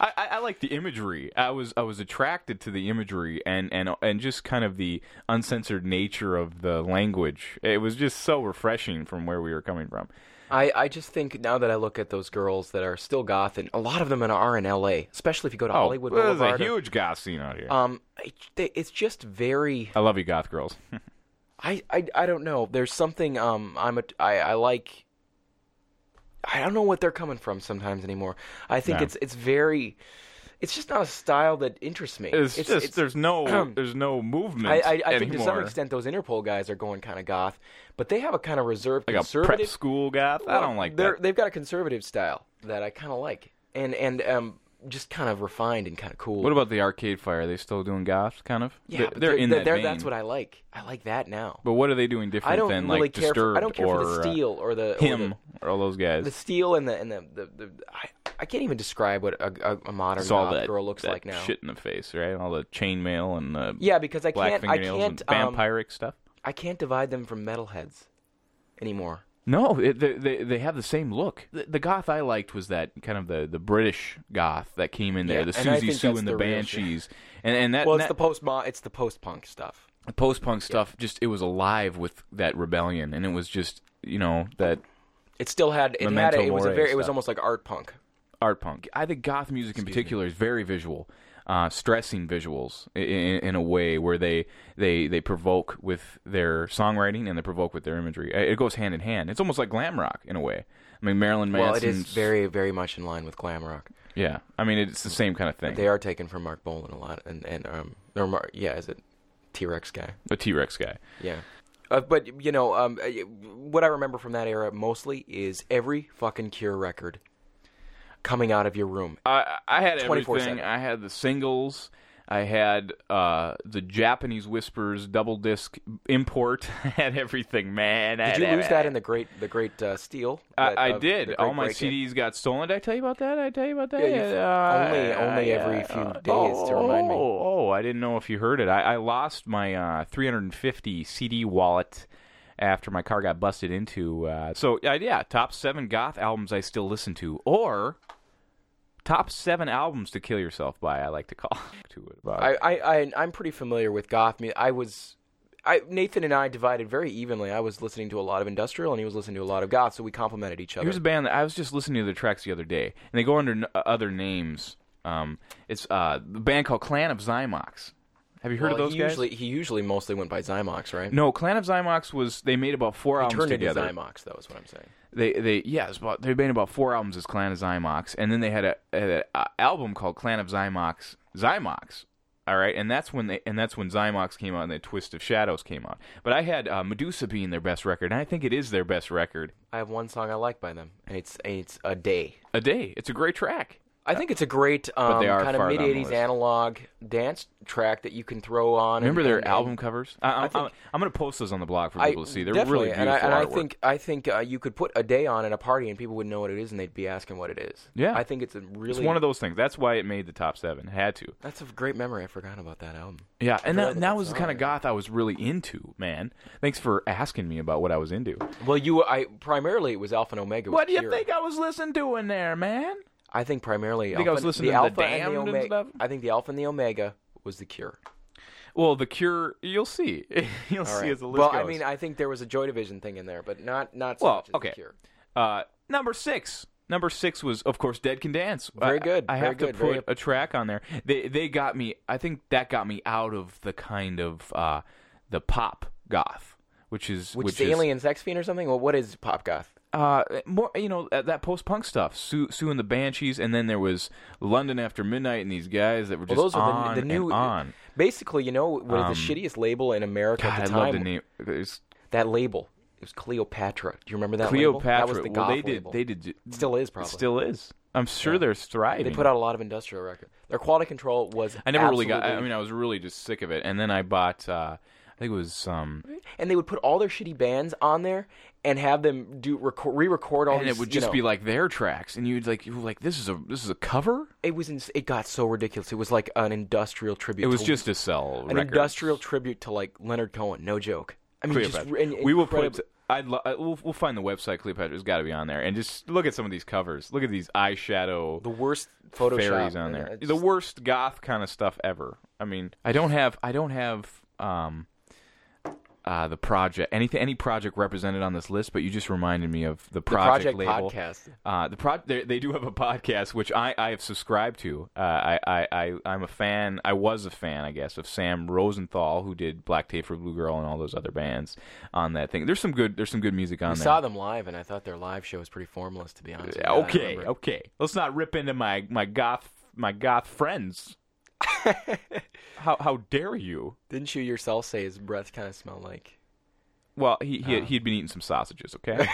[SPEAKER 2] I, I, I like the imagery. I was I was attracted to the imagery and, and and just kind of the uncensored nature of the language. It was just so refreshing from where we were coming from.
[SPEAKER 3] I, I just think now that I look at those girls that are still goth, and a lot of them are in L.A., especially if you go to Hollywood
[SPEAKER 2] Oh, well, there's
[SPEAKER 3] Boulevard.
[SPEAKER 2] a
[SPEAKER 3] or-
[SPEAKER 2] huge goth scene out here.
[SPEAKER 3] um, it, they, it's just very.
[SPEAKER 2] I love you, goth girls.
[SPEAKER 3] I, I, I don't know. There's something um I'm a I, I like. I don't know what they're coming from sometimes anymore. I think
[SPEAKER 2] No.
[SPEAKER 3] it's it's very It's just not a style that interests me.
[SPEAKER 2] It's, just
[SPEAKER 3] it's-
[SPEAKER 2] there's no there's no movement
[SPEAKER 3] I, I, I
[SPEAKER 2] anymore.
[SPEAKER 3] think to some extent those Interpol guys are going kind of goth, but they have a kind of reserved
[SPEAKER 2] like a
[SPEAKER 3] conservative.
[SPEAKER 2] prep school goth. I don't like
[SPEAKER 3] They're,
[SPEAKER 2] that.
[SPEAKER 3] they've got a conservative style that I kind of like, and and um, just kind of refined and kind of cool.
[SPEAKER 2] What about the Arcade Fire? Are they still doing goth kind of?
[SPEAKER 3] yeah?
[SPEAKER 2] they're,
[SPEAKER 3] but
[SPEAKER 2] they're in that
[SPEAKER 3] they're-
[SPEAKER 2] vein.
[SPEAKER 3] That's what I like. I like that now.
[SPEAKER 2] But what are they doing different
[SPEAKER 3] I don't
[SPEAKER 2] than
[SPEAKER 3] really
[SPEAKER 2] like
[SPEAKER 3] care. For,
[SPEAKER 2] Disturbed
[SPEAKER 3] I don't care
[SPEAKER 2] or
[SPEAKER 3] for the
[SPEAKER 2] uh,
[SPEAKER 3] steel or the or the-
[SPEAKER 2] him or all those guys?
[SPEAKER 3] the steel and the and the, the, the I, I can't even describe what a, a, a modern
[SPEAKER 2] it's all
[SPEAKER 3] goth
[SPEAKER 2] that
[SPEAKER 3] girl looks
[SPEAKER 2] that
[SPEAKER 3] like now.
[SPEAKER 2] Shit in the face, right? All the chainmail and the
[SPEAKER 3] Yeah, because I
[SPEAKER 2] black
[SPEAKER 3] can't I
[SPEAKER 2] fingernails
[SPEAKER 3] can't
[SPEAKER 2] and
[SPEAKER 3] um,
[SPEAKER 2] vampiric stuff.
[SPEAKER 3] I can't divide them from metalheads anymore.
[SPEAKER 2] No, it, they, they they have the same look. The, the goth I liked was that kind of the, the British goth that came in there,
[SPEAKER 3] Yeah,
[SPEAKER 2] the
[SPEAKER 3] and I
[SPEAKER 2] Susie
[SPEAKER 3] think
[SPEAKER 2] Sue
[SPEAKER 3] that's
[SPEAKER 2] and the,
[SPEAKER 3] the real shit.
[SPEAKER 2] Banshees, and and that,
[SPEAKER 3] Well,
[SPEAKER 2] that-
[SPEAKER 3] it's the post it's the post punk stuff.
[SPEAKER 2] post punk stuff just it was alive with that rebellion and it was just you know that
[SPEAKER 3] It still had it
[SPEAKER 2] Memento
[SPEAKER 3] had a, it was a
[SPEAKER 2] Mori
[SPEAKER 3] very it was
[SPEAKER 2] stuff.
[SPEAKER 3] almost like art punk.
[SPEAKER 2] art punk i think goth music in particular is very visual uh, stressing visuals in, in a way where they, they they provoke with their songwriting and they provoke with their imagery it goes hand in hand it's almost like glam rock in a way i mean marilyn
[SPEAKER 3] Well, it
[SPEAKER 2] manson
[SPEAKER 3] is very very much in line with glam rock.
[SPEAKER 2] yeah i mean it's the same kind of thing
[SPEAKER 3] They are taken from Mark Bolan a lot, and and um or Mar- yeah, is it T Rex guy?
[SPEAKER 2] a t-rex guy
[SPEAKER 3] Yeah. Uh, but you know, um, uh, what I remember from that era mostly is every fucking Cure record coming out of your room.
[SPEAKER 2] I I had
[SPEAKER 3] 24/7.
[SPEAKER 2] everything. I had the singles. I had uh, the Japanese Whispers double disc import. I had everything, man.
[SPEAKER 3] Did you lose that in the great the great uh, steel?
[SPEAKER 2] I,
[SPEAKER 3] that,
[SPEAKER 2] I
[SPEAKER 3] uh,
[SPEAKER 2] did.
[SPEAKER 3] the
[SPEAKER 2] All
[SPEAKER 3] Great
[SPEAKER 2] my
[SPEAKER 3] Break In?
[SPEAKER 2] CDs got stolen. Did I tell you about that? Did I tell you about that?
[SPEAKER 3] Yeah, you've- only- only every few days
[SPEAKER 2] oh,
[SPEAKER 3] to remind me.
[SPEAKER 2] Oh, oh, I didn't know if you heard it. I, I lost my uh, 350 CD wallet after my car got busted into. Uh, so uh, yeah, top seven goth albums I still listen to, or top seven albums to kill yourself by. I like to call to it. About.
[SPEAKER 3] I, I, I I'm pretty familiar with goth music. I was, I Nathan and I divided very evenly. I was listening to a lot of industrial, and he was listening to a lot of goth, so we complemented each other.
[SPEAKER 2] Here's a band that I was just listening to their tracks the other day, and they go under n- uh, other names. Um, it's uh, the band called Clan of Zymox. Have you heard
[SPEAKER 3] Well,
[SPEAKER 2] of those
[SPEAKER 3] he
[SPEAKER 2] guys?
[SPEAKER 3] Usually, he usually mostly went by Zymox, right?
[SPEAKER 2] No, Clan of Zymox was they made about four
[SPEAKER 3] he
[SPEAKER 2] albums
[SPEAKER 3] turned into
[SPEAKER 2] together.
[SPEAKER 3] Zymox. That was what I'm saying.
[SPEAKER 2] They they yeah, it's about, they made about four albums as Clan of Zymox, and then they had a, a, a album called Clan of Zymox Zymox. All right, and that's when they and that's when Zymox came out and the Twist of Shadows came out. But I had uh, Medusa being their best record, and I think it is their best record.
[SPEAKER 3] I have one song I like by them, and it's and it's a day.
[SPEAKER 2] A day, it's a great track.
[SPEAKER 3] I think it's a great um,
[SPEAKER 2] they are
[SPEAKER 3] kind of
[SPEAKER 2] far
[SPEAKER 3] mid
[SPEAKER 2] down the
[SPEAKER 3] '80s
[SPEAKER 2] list.
[SPEAKER 3] analog dance track that you can throw on.
[SPEAKER 2] Remember
[SPEAKER 3] and,
[SPEAKER 2] their
[SPEAKER 3] and-
[SPEAKER 2] album covers? I, I, I
[SPEAKER 3] think-
[SPEAKER 2] am going to post those on the blog for
[SPEAKER 3] I,
[SPEAKER 2] people to see. They're
[SPEAKER 3] definitely,
[SPEAKER 2] really beautiful
[SPEAKER 3] and I, and I
[SPEAKER 2] artwork.
[SPEAKER 3] think I think uh, you could put a day on at a party, and people would know what it is, and they'd be asking what it is.
[SPEAKER 2] Yeah.
[SPEAKER 3] I think it's a really
[SPEAKER 2] it's one of those things. That's why it made the top seven. It had to.
[SPEAKER 3] That's a great memory. I forgot about that album.
[SPEAKER 2] Yeah, and
[SPEAKER 3] really
[SPEAKER 2] that,
[SPEAKER 3] like
[SPEAKER 2] that
[SPEAKER 3] that
[SPEAKER 2] was the
[SPEAKER 3] song,
[SPEAKER 2] kind of
[SPEAKER 3] yeah.
[SPEAKER 2] goth I was really into, man. Thanks for asking me about what I was into.
[SPEAKER 3] Well, you, I primarily it was Alpha and Omega. with
[SPEAKER 2] What do you
[SPEAKER 3] Cure.
[SPEAKER 2] think I was listening to in there, man?
[SPEAKER 3] I think primarily.
[SPEAKER 2] Think
[SPEAKER 3] Alpha,
[SPEAKER 2] I was listening
[SPEAKER 3] the
[SPEAKER 2] to The
[SPEAKER 3] Alpha and
[SPEAKER 2] Damned
[SPEAKER 3] the
[SPEAKER 2] and
[SPEAKER 3] Omega.
[SPEAKER 2] stuff?
[SPEAKER 3] I think the Alpha and the Omega was the Cure.
[SPEAKER 2] Well, The Cure, you'll see. you'll
[SPEAKER 3] All
[SPEAKER 2] see
[SPEAKER 3] right.
[SPEAKER 2] as the list
[SPEAKER 3] well,
[SPEAKER 2] goes.
[SPEAKER 3] I mean, I think there was a Joy Division thing in there, but not not so
[SPEAKER 2] Well,
[SPEAKER 3] much as
[SPEAKER 2] okay.
[SPEAKER 3] the Cure.
[SPEAKER 2] Uh, number six. Number six was, of course, Dead Can Dance.
[SPEAKER 3] Very
[SPEAKER 2] I-
[SPEAKER 3] good,
[SPEAKER 2] I,
[SPEAKER 3] very
[SPEAKER 2] have
[SPEAKER 3] good,
[SPEAKER 2] to
[SPEAKER 3] very-
[SPEAKER 2] put a track on there. They they got me. I think that got me out of the kind of uh, the pop goth, which is
[SPEAKER 3] Which,
[SPEAKER 2] which,
[SPEAKER 3] is the
[SPEAKER 2] is
[SPEAKER 3] Alien Sex Fiend or something? Well, what is pop goth?
[SPEAKER 2] uh, more you know that, that post punk stuff. Sue Sue and the Banshees, and then there was London After Midnight and these guys that were just
[SPEAKER 3] Well, those
[SPEAKER 2] on
[SPEAKER 3] are the, the new.
[SPEAKER 2] and on. Um,
[SPEAKER 3] Basically, you know, was the shittiest label in America
[SPEAKER 2] God,
[SPEAKER 3] at the
[SPEAKER 2] I love
[SPEAKER 3] time.
[SPEAKER 2] the name. It's
[SPEAKER 3] That label. It was Cleopatra. Do you remember that label?
[SPEAKER 2] Cleopatra.
[SPEAKER 3] That was the
[SPEAKER 2] well,
[SPEAKER 3] goth
[SPEAKER 2] they did.
[SPEAKER 3] label.
[SPEAKER 2] They did.
[SPEAKER 3] Still is probably.
[SPEAKER 2] Still is. I'm sure they're thriving.
[SPEAKER 3] They put out a lot of industrial records. Their quality control was.
[SPEAKER 2] I never really got. I I
[SPEAKER 3] absolutely-
[SPEAKER 2] mean, I was really just sick of it, and then I bought. Uh, I think it was. Um,
[SPEAKER 3] and they would put all their shitty bands on there and have them do reco- re-record all.
[SPEAKER 2] and
[SPEAKER 3] these,
[SPEAKER 2] it would
[SPEAKER 3] Oh, you
[SPEAKER 2] just
[SPEAKER 3] know-
[SPEAKER 2] be like their tracks, and you'd like, you were like, this is a this is a cover.
[SPEAKER 3] It was. Ins- it got so ridiculous. It was like an industrial tribute.
[SPEAKER 2] It was
[SPEAKER 3] to,
[SPEAKER 2] just a cell.
[SPEAKER 3] an
[SPEAKER 2] record.
[SPEAKER 3] industrial tribute to like Leonard Cohen. No joke. I mean, just
[SPEAKER 2] Cleopatra.
[SPEAKER 3] and-
[SPEAKER 2] we will
[SPEAKER 3] incredible-
[SPEAKER 2] put. I'd lo- I- we'll, we'll find the website. Cleopatra's got to be on there, and just look at some of these covers. Look at these eyeshadow
[SPEAKER 3] the worst Photoshop
[SPEAKER 2] fairies on
[SPEAKER 3] and
[SPEAKER 2] there.
[SPEAKER 3] it's-
[SPEAKER 2] The worst goth kind of stuff ever. I mean, I don't have. I don't have. Um, uh, the project, anything, any project represented on this list, but you just reminded me of the
[SPEAKER 3] the
[SPEAKER 2] project,
[SPEAKER 3] project,
[SPEAKER 2] label.
[SPEAKER 3] podcast.
[SPEAKER 2] Uh, the pro- they, they do have a podcast which I, I have subscribed to. Uh, I, I, I I'm a fan. I was a fan, I guess, of Sam Rosenthal, who did Black Tape for Blue Girl and all those other bands on that thing. There's some good. There's some good music on
[SPEAKER 3] I
[SPEAKER 2] there.
[SPEAKER 3] saw them live, and I thought their live show was pretty formless, to be honest. with you. I
[SPEAKER 2] okay,
[SPEAKER 3] remember.
[SPEAKER 2] okay. Let's not rip into my my goth my goth friends. how how dare you?
[SPEAKER 3] Didn't you yourself say his breath kind of smelled like?
[SPEAKER 2] Well, he he
[SPEAKER 3] Ah.
[SPEAKER 2] he had been eating some sausages. Okay,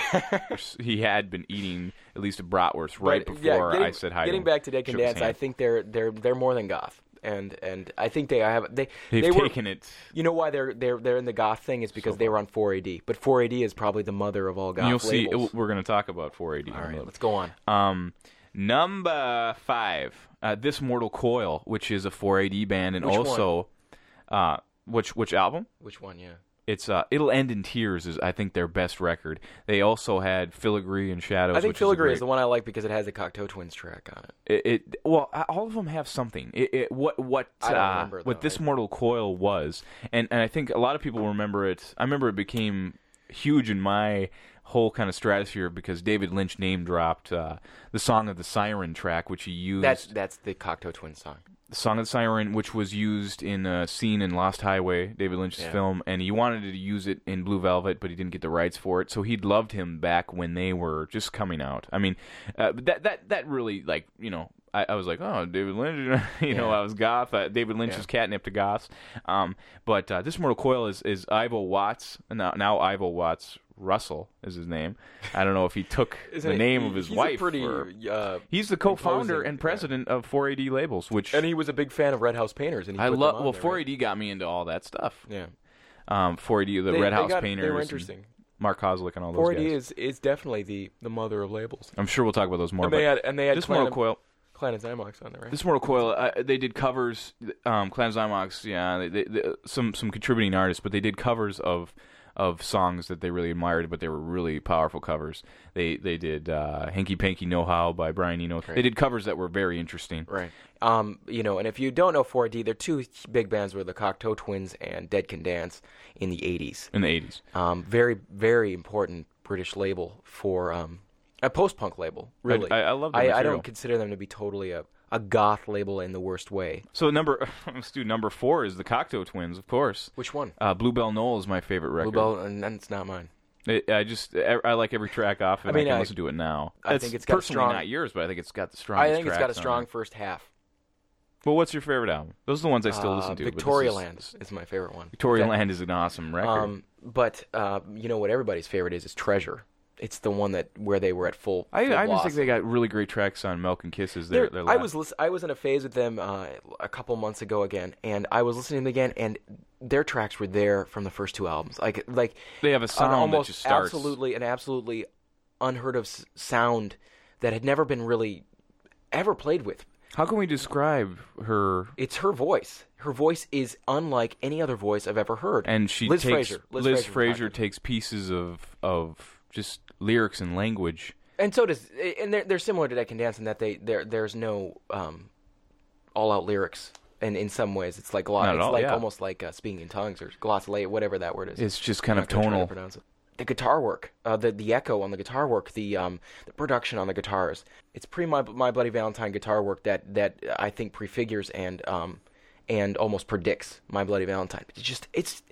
[SPEAKER 2] he had been eating at least a bratwurst right
[SPEAKER 3] But, yeah,
[SPEAKER 2] before
[SPEAKER 3] getting-
[SPEAKER 2] I said hi.
[SPEAKER 3] Getting
[SPEAKER 2] to him,
[SPEAKER 3] back to Dick and
[SPEAKER 2] shook his
[SPEAKER 3] Dance, I
[SPEAKER 2] hand.
[SPEAKER 3] think they're they're they're more than goth, and and I think they have they
[SPEAKER 2] they've
[SPEAKER 3] they were
[SPEAKER 2] taken it.
[SPEAKER 3] You know why they're they're they're in the goth thing is because they were on 4AD, but 4AD is probably the mother of all goth
[SPEAKER 2] And you'll see.
[SPEAKER 3] labels.
[SPEAKER 2] We're going to talk about 480.
[SPEAKER 3] all right, let's go on.
[SPEAKER 2] Um, number five, uh, this Mortal Coil, which is a 4AD band, and
[SPEAKER 3] Which one?
[SPEAKER 2] also, uh, which which album?
[SPEAKER 3] Which one? Yeah.
[SPEAKER 2] It's uh, it'll end in tears is I think their best record. They also had Filigree and Shadows.
[SPEAKER 3] I think
[SPEAKER 2] which
[SPEAKER 3] Filigree is,
[SPEAKER 2] is, a
[SPEAKER 3] the one I like because it has the Cocteau Twins track on it.
[SPEAKER 2] great- It, it- well, I- all of them have something. It, it what what
[SPEAKER 3] I don't
[SPEAKER 2] uh,
[SPEAKER 3] remember,
[SPEAKER 2] what
[SPEAKER 3] though.
[SPEAKER 2] this Mortal Coil was, and and I think a lot of people remember it. I remember it became huge in my whole kind of stratosphere because David Lynch name dropped uh, the song of the siren track, which he used.
[SPEAKER 3] That's that's the Cocteau Twins song.
[SPEAKER 2] Song of the Siren, which was used in a scene in Lost Highway, David Lynch's
[SPEAKER 3] Yeah.
[SPEAKER 2] film, and he wanted to use it in Blue Velvet, but he didn't get the rights for it. So he'd loved him back when they were just coming out. I mean, uh, but that that that really like you know, I, I was like, oh, David Lynch, you know, I was goth. Uh, David Lynch is catnip to goths. Um, but uh, this Mortal Coil is is Ivo Watts now now Ivo Watts Russell is his name. I don't know if he took the name of his wife. or-
[SPEAKER 3] uh,
[SPEAKER 2] He's the co-founder
[SPEAKER 3] Composing,
[SPEAKER 2] and
[SPEAKER 3] yeah.
[SPEAKER 2] president of 4AD Labels, which
[SPEAKER 3] and he was a big fan of Red House Painters, and he
[SPEAKER 2] I
[SPEAKER 3] put
[SPEAKER 2] love
[SPEAKER 3] them
[SPEAKER 2] well,
[SPEAKER 3] on there,
[SPEAKER 2] 4AD
[SPEAKER 3] right?
[SPEAKER 2] got me into all that stuff.
[SPEAKER 3] Yeah,
[SPEAKER 2] Um, 4AD, the
[SPEAKER 3] They-
[SPEAKER 2] Red
[SPEAKER 3] they
[SPEAKER 2] House
[SPEAKER 3] got-
[SPEAKER 2] Painters,
[SPEAKER 3] They were
[SPEAKER 2] and
[SPEAKER 3] interesting.
[SPEAKER 2] Mark Hoslick, and all those
[SPEAKER 3] 4AD
[SPEAKER 2] guys.
[SPEAKER 3] is is definitely the the mother of labels.
[SPEAKER 2] I'm sure we'll talk about those more.
[SPEAKER 3] And they
[SPEAKER 2] but
[SPEAKER 3] had and they had
[SPEAKER 2] this
[SPEAKER 3] Clan
[SPEAKER 2] Mortal
[SPEAKER 3] of-
[SPEAKER 2] Coil,
[SPEAKER 3] Clan of Xymox on there, right?
[SPEAKER 2] this Mortal Coil, uh, they did covers. Um, Clan Zymox, yeah, they, they, they- some some contributing artists, but they did covers of of songs that they really admired, but they were really powerful covers. They they did uh, Hanky Panky Know How by Brian Eno. They did covers that were very interesting.
[SPEAKER 3] Right. Um, you know, and if you don't know 4D, their two big bands were the Cocteau Twins and Dead Can Dance in the 80s.
[SPEAKER 2] In the 80s,
[SPEAKER 3] Um, very, very important British label for um, a post punk label, really.
[SPEAKER 2] I- I love their
[SPEAKER 3] I, I
[SPEAKER 2] material.
[SPEAKER 3] don't consider them to be totally a, a goth label in the worst way.
[SPEAKER 2] so number let's do number four is the Cocteau Twins, of course.
[SPEAKER 3] Which one?
[SPEAKER 2] Uh, Bluebell Knoll is my favorite record.
[SPEAKER 3] Bluebell, and that's not mine.
[SPEAKER 2] It, I just e, I I like every track off, and I,
[SPEAKER 3] I mean,
[SPEAKER 2] can
[SPEAKER 3] I-
[SPEAKER 2] listen to it now.
[SPEAKER 3] I think it's got
[SPEAKER 2] personally
[SPEAKER 3] strong-
[SPEAKER 2] not yours, but I think it's got the strongest.
[SPEAKER 3] I think it's got a
[SPEAKER 2] tracks on
[SPEAKER 3] strong
[SPEAKER 2] it.
[SPEAKER 3] first half.
[SPEAKER 2] Well, what's your favorite album? Those are the ones I still listen
[SPEAKER 3] Uh,
[SPEAKER 2] to. but this
[SPEAKER 3] Victoria
[SPEAKER 2] is-
[SPEAKER 3] Land is, my favorite one.
[SPEAKER 2] Victoria
[SPEAKER 3] That-
[SPEAKER 2] Land is an awesome record.
[SPEAKER 3] Um, but uh, you know what everybody's favorite is is Treasure. It's the one that where they were at full.
[SPEAKER 2] I,
[SPEAKER 3] full
[SPEAKER 2] I just
[SPEAKER 3] blossom.
[SPEAKER 2] think they got really great tracks on Milk and Kisses.
[SPEAKER 3] They're-
[SPEAKER 2] Their, their
[SPEAKER 3] I
[SPEAKER 2] last-
[SPEAKER 3] was lis- I was in a phase with them uh, a couple months ago again, and I was listening to them again, and their tracks were there from the first two albums. Like like
[SPEAKER 2] They have a sound
[SPEAKER 3] an
[SPEAKER 2] that
[SPEAKER 3] almost
[SPEAKER 2] just starts.
[SPEAKER 3] absolutely an absolutely unheard of s- sound that had never been really ever played with.
[SPEAKER 2] How can we describe her?
[SPEAKER 3] It's her voice. Her voice is unlike any other voice I've ever heard.
[SPEAKER 2] And she
[SPEAKER 3] Liz
[SPEAKER 2] takes
[SPEAKER 3] Fraser.
[SPEAKER 2] Liz,
[SPEAKER 3] Fraser.
[SPEAKER 2] Fraser takes pieces of of just lyrics and language.
[SPEAKER 3] And so does, and they're they're similar to Dead Can Dance in that they there there's no um, all out lyrics, and in some ways it's like gloss,
[SPEAKER 2] Not at
[SPEAKER 3] it's
[SPEAKER 2] all,
[SPEAKER 3] like
[SPEAKER 2] yeah.
[SPEAKER 3] almost like uh, speaking in tongues or glossolalia, whatever that word is.
[SPEAKER 2] It's just kind
[SPEAKER 3] I'm
[SPEAKER 2] of
[SPEAKER 3] not gonna try to
[SPEAKER 2] tonal.
[SPEAKER 3] pronounce it. The guitar work, uh, the the echo on the guitar work, the um the production on the guitars. It's pre my my bloody Valentine guitar work that that I think prefigures and um and almost predicts my bloody Valentine. It's just it's.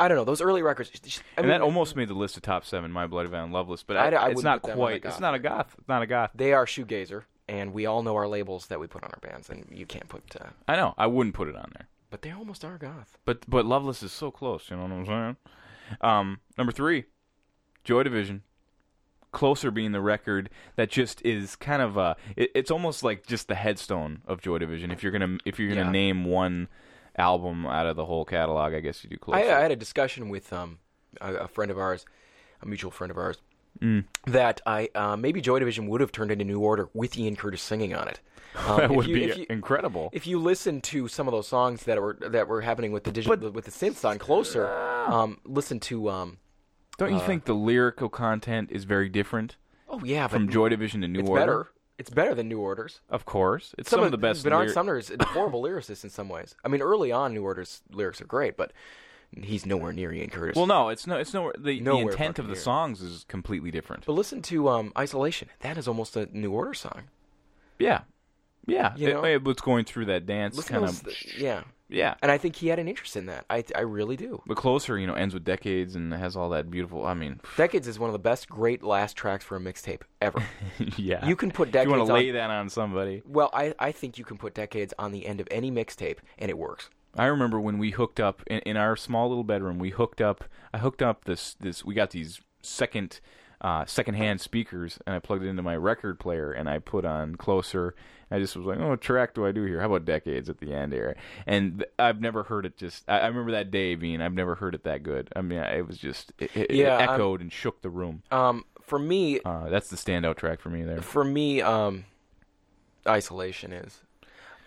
[SPEAKER 3] I don't know those early records. it's just- I
[SPEAKER 2] And
[SPEAKER 3] mean,
[SPEAKER 2] that almost made the list of top seven. My Bloody Van Loveless, but
[SPEAKER 3] I- I
[SPEAKER 2] it's
[SPEAKER 3] wouldn't
[SPEAKER 2] not
[SPEAKER 3] put them on a
[SPEAKER 2] quite. It's
[SPEAKER 3] goth.
[SPEAKER 2] not a goth. It's not a goth.
[SPEAKER 3] they are shoegazer, and we all know our labels that we put on our bands, and you can't put. Uh,
[SPEAKER 2] I know. I wouldn't put it on there.
[SPEAKER 3] but they almost are goth.
[SPEAKER 2] But but Loveless is so close, you know what I'm saying? Um, number three, Joy Division. Closer being the record that just is kind of a. It, it's almost like just the headstone of Joy Division. If you're gonna if you're gonna
[SPEAKER 3] Yeah.
[SPEAKER 2] name one album out of the whole catalog, I guess you do Closer.
[SPEAKER 3] I, I had a discussion with um a, a friend of ours, a mutual friend of ours,
[SPEAKER 2] Mm.
[SPEAKER 3] that I uh, maybe Joy Division would have turned into New Order with Ian Curtis singing on it. Um,
[SPEAKER 2] that
[SPEAKER 3] if
[SPEAKER 2] would
[SPEAKER 3] you-
[SPEAKER 2] be
[SPEAKER 3] if you-
[SPEAKER 2] incredible.
[SPEAKER 3] If you listen to some of those songs that were that were happening with the digital with the synths on closer, um, listen to um,
[SPEAKER 2] Don't you think the lyrical content is very different
[SPEAKER 3] oh yeah, but
[SPEAKER 2] from Joy Division to New
[SPEAKER 3] it's
[SPEAKER 2] Order?
[SPEAKER 3] better. It's better than New Orders.
[SPEAKER 2] Of course, it's some, of the best.
[SPEAKER 3] Bernard
[SPEAKER 2] lyri-
[SPEAKER 3] Sumner is a horrible lyricist in some ways. I mean, early on, New Order's lyrics are great, but he's nowhere near Ian Curtis.
[SPEAKER 2] well, no, it's no, it's no. The, the
[SPEAKER 3] Nowhere
[SPEAKER 2] intent of
[SPEAKER 3] fucking
[SPEAKER 2] the
[SPEAKER 3] near.
[SPEAKER 2] songs is completely different.
[SPEAKER 3] but listen to um, "Isolation." That is almost a New Order song.
[SPEAKER 2] Yeah, yeah.
[SPEAKER 3] You
[SPEAKER 2] It-
[SPEAKER 3] know?
[SPEAKER 2] it was going through that dance
[SPEAKER 3] Listen
[SPEAKER 2] kind
[SPEAKER 3] to
[SPEAKER 2] of.
[SPEAKER 3] those, yeah.
[SPEAKER 2] Yeah.
[SPEAKER 3] And I think he had an interest in that. I, I really do.
[SPEAKER 2] But Closer, you know, ends with decades and has all that beautiful. I mean,
[SPEAKER 3] Decades is one of the best great last tracks for a mixtape ever.
[SPEAKER 2] yeah.
[SPEAKER 3] You can put
[SPEAKER 2] If you want
[SPEAKER 3] decades
[SPEAKER 2] to
[SPEAKER 3] on-
[SPEAKER 2] lay that on somebody.
[SPEAKER 3] well, I, I think you can put Decades on the end of any mixtape, and it works.
[SPEAKER 2] I remember when we hooked up in, in our small little bedroom. We hooked up. I hooked up this this. We got these second uh, secondhand speakers, and I plugged it into my record player, and I put on Closer. I just was like, "Oh, what track do I do here? How about Decades at the end here?" And th- I've never heard it. Just I, I remember that day being. I've never heard it that good. I mean, I- it was just it, it, it
[SPEAKER 3] Yeah, I'm-
[SPEAKER 2] echoed and shook the room.
[SPEAKER 3] Um, for me,
[SPEAKER 2] Uh, that's the standout track for me there.
[SPEAKER 3] for me, um, Isolation is.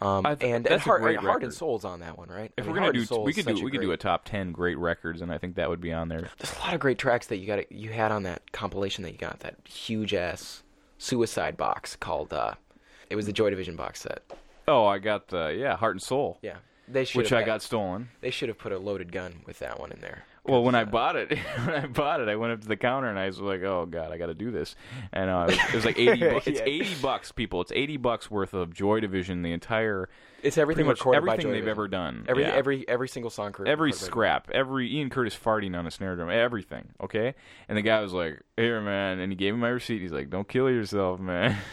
[SPEAKER 3] Um,
[SPEAKER 2] I th-
[SPEAKER 3] and
[SPEAKER 2] that's
[SPEAKER 3] and
[SPEAKER 2] a
[SPEAKER 3] Heart,
[SPEAKER 2] great
[SPEAKER 3] and Heart and
[SPEAKER 2] record.
[SPEAKER 3] Soul's on that one, right?
[SPEAKER 2] If
[SPEAKER 3] I
[SPEAKER 2] we're
[SPEAKER 3] mean,
[SPEAKER 2] gonna
[SPEAKER 3] Heart
[SPEAKER 2] do,
[SPEAKER 3] and Soul
[SPEAKER 2] we
[SPEAKER 3] is
[SPEAKER 2] could
[SPEAKER 3] such
[SPEAKER 2] do,
[SPEAKER 3] a
[SPEAKER 2] we could
[SPEAKER 3] great-
[SPEAKER 2] do a top ten great records, and I think that would be on there.
[SPEAKER 3] There's a lot of great tracks that you got you had on that compilation that you got that huge ass suicide box called uh it was the Joy Division box set.
[SPEAKER 2] Oh, I got the yeah, Heart and Soul.
[SPEAKER 3] Yeah. They should
[SPEAKER 2] Which
[SPEAKER 3] have
[SPEAKER 2] I
[SPEAKER 3] had-
[SPEAKER 2] got stolen.
[SPEAKER 3] they should have put a loaded gun with that one in there.
[SPEAKER 2] Well, when I bought it, when I bought it, I went up to the counter and I was like, "Oh God, I got to do this." And uh, it, was, it was like eighty. Bu- It's
[SPEAKER 3] Yeah.
[SPEAKER 2] eighty bucks, people. It's eighty bucks worth of Joy Division, the entire,
[SPEAKER 3] It's everything
[SPEAKER 2] pretty much
[SPEAKER 3] recorded by
[SPEAKER 2] everything
[SPEAKER 3] Joy
[SPEAKER 2] they've
[SPEAKER 3] Division.
[SPEAKER 2] ever done.
[SPEAKER 3] Every
[SPEAKER 2] Yeah.
[SPEAKER 3] every every single song crew.
[SPEAKER 2] every scrap, every Ian Curtis farting on a snare drum, everything. Okay. And the guy was like, "Here, man," and he gave me my receipt. He's like, "Don't kill yourself, man."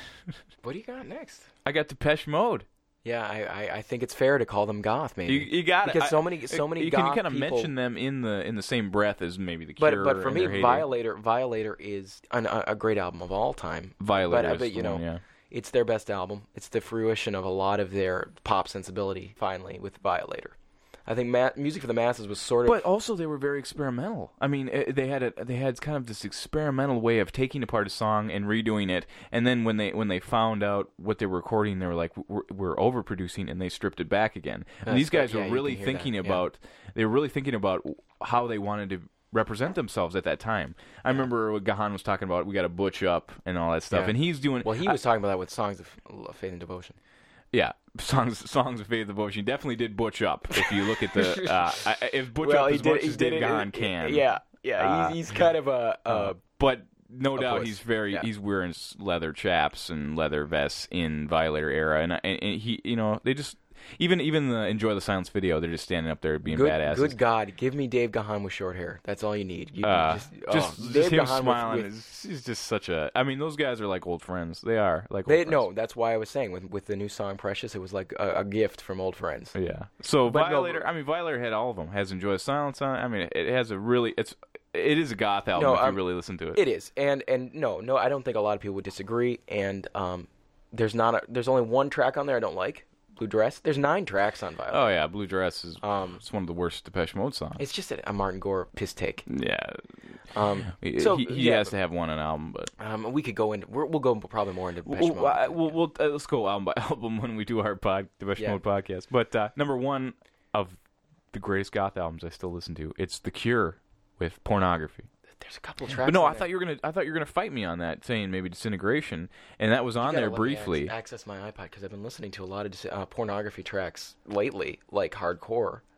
[SPEAKER 3] What do you got next?
[SPEAKER 2] I got Depeche Mode.
[SPEAKER 3] Yeah, I, I I think it's fair to call them goth, maybe.
[SPEAKER 2] You, you got
[SPEAKER 3] because
[SPEAKER 2] it.
[SPEAKER 3] so
[SPEAKER 2] I-
[SPEAKER 3] many so many
[SPEAKER 2] You
[SPEAKER 3] goth
[SPEAKER 2] can kind of
[SPEAKER 3] people-
[SPEAKER 2] mention them in the in the same breath as maybe the
[SPEAKER 3] But
[SPEAKER 2] Cure.
[SPEAKER 3] but for
[SPEAKER 2] in
[SPEAKER 3] me,
[SPEAKER 2] their heyday.
[SPEAKER 3] Violator Violator is an, a, a great album of all time.
[SPEAKER 2] Violator
[SPEAKER 3] but, uh,
[SPEAKER 2] is
[SPEAKER 3] but you
[SPEAKER 2] the
[SPEAKER 3] know,
[SPEAKER 2] one, yeah.
[SPEAKER 3] it's their best album. It's the fruition of a lot of their pop sensibility. Finally, with Violator, I think ma- music for the masses was sort of.
[SPEAKER 2] But also, they were very experimental. I mean, eh, they had a, they had kind of this experimental way of taking apart a song and redoing it. And then when they when they found out what they were recording, they were like, "We're, we're overproducing," and they stripped it back again. And these guys
[SPEAKER 3] yeah,
[SPEAKER 2] were
[SPEAKER 3] you
[SPEAKER 2] really
[SPEAKER 3] can hear
[SPEAKER 2] thinking
[SPEAKER 3] that, yeah.
[SPEAKER 2] about they were really thinking about how they wanted to represent themselves at that time. I remember what Gahan was talking about. We got to butch up and all that stuff,
[SPEAKER 3] Yeah.
[SPEAKER 2] and he's doing
[SPEAKER 3] well, he was talking about that with songs of L- faith and devotion.
[SPEAKER 2] yeah, songs songs of faith and devotion definitely did butch up. If you look at the uh, I- I- if butch up as much as Dave Gahan can,
[SPEAKER 3] uh, Yeah, yeah.
[SPEAKER 2] Uh,
[SPEAKER 3] he's, he's kind of a. Uh,
[SPEAKER 2] but no doubt
[SPEAKER 3] voice,
[SPEAKER 2] he's very
[SPEAKER 3] yeah.
[SPEAKER 2] he's wearing s- leather chaps and leather vests in Violator era, and, I- and and he you know they just even even the Enjoy the Silence video they're just standing up there being
[SPEAKER 3] Good,
[SPEAKER 2] badasses.
[SPEAKER 3] good God! Give me Dave Gahan with short hair. That's all you need. You,
[SPEAKER 2] Uh,
[SPEAKER 3] just,
[SPEAKER 2] just
[SPEAKER 3] oh,
[SPEAKER 2] just,
[SPEAKER 3] Dave
[SPEAKER 2] him
[SPEAKER 3] Gahan with-
[SPEAKER 2] smiling
[SPEAKER 3] with-
[SPEAKER 2] is he's just such a. I mean, those guys are like old friends. They are like
[SPEAKER 3] they,
[SPEAKER 2] old friends.
[SPEAKER 3] no, that's why I was saying with with the new song "Precious," it was like a, a gift from old friends.
[SPEAKER 2] Yeah. So
[SPEAKER 3] But no,
[SPEAKER 2] Violator, I mean Violator had all of them. Has Enjoy the Silence on. it. I mean, it has a really it's it is a goth album
[SPEAKER 3] No,
[SPEAKER 2] if
[SPEAKER 3] I'm-
[SPEAKER 2] you really listen to it.
[SPEAKER 3] It is, and and no, no, I don't think a lot of people would disagree. And um, there's not a, there's only one track on there I don't like, Blue Dress. There's nine tracks on Violet.
[SPEAKER 2] Oh yeah, Blue Dress is
[SPEAKER 3] Um,
[SPEAKER 2] it's one of the worst Depeche Mode songs.
[SPEAKER 3] It's just a, a Martin Gore piss take.
[SPEAKER 2] Yeah.
[SPEAKER 3] Um,
[SPEAKER 2] He-
[SPEAKER 3] so
[SPEAKER 2] he, he
[SPEAKER 3] yeah,
[SPEAKER 2] has to have one an album, but
[SPEAKER 3] um, we could go into we're, we'll go probably more into Depeche
[SPEAKER 2] Well,
[SPEAKER 3] Mode.
[SPEAKER 2] well, we'll, we'll- uh, let's go album by album when we do our pod, Depeche
[SPEAKER 3] Yeah.
[SPEAKER 2] Mode podcast. But uh, number one of the greatest goth albums I still listen to, it's The Cure with Pornography.
[SPEAKER 3] there's a couple tracks.
[SPEAKER 2] But no,
[SPEAKER 3] on
[SPEAKER 2] I
[SPEAKER 3] there.
[SPEAKER 2] thought you were gonna I thought you were gonna fight me on that, saying maybe Disintegration, and that was on there
[SPEAKER 3] Gotta let me Uh, ac-
[SPEAKER 2] briefly.
[SPEAKER 3] access my iPod because I've been listening to a lot of dis- uh, pornography tracks lately, like hardcore.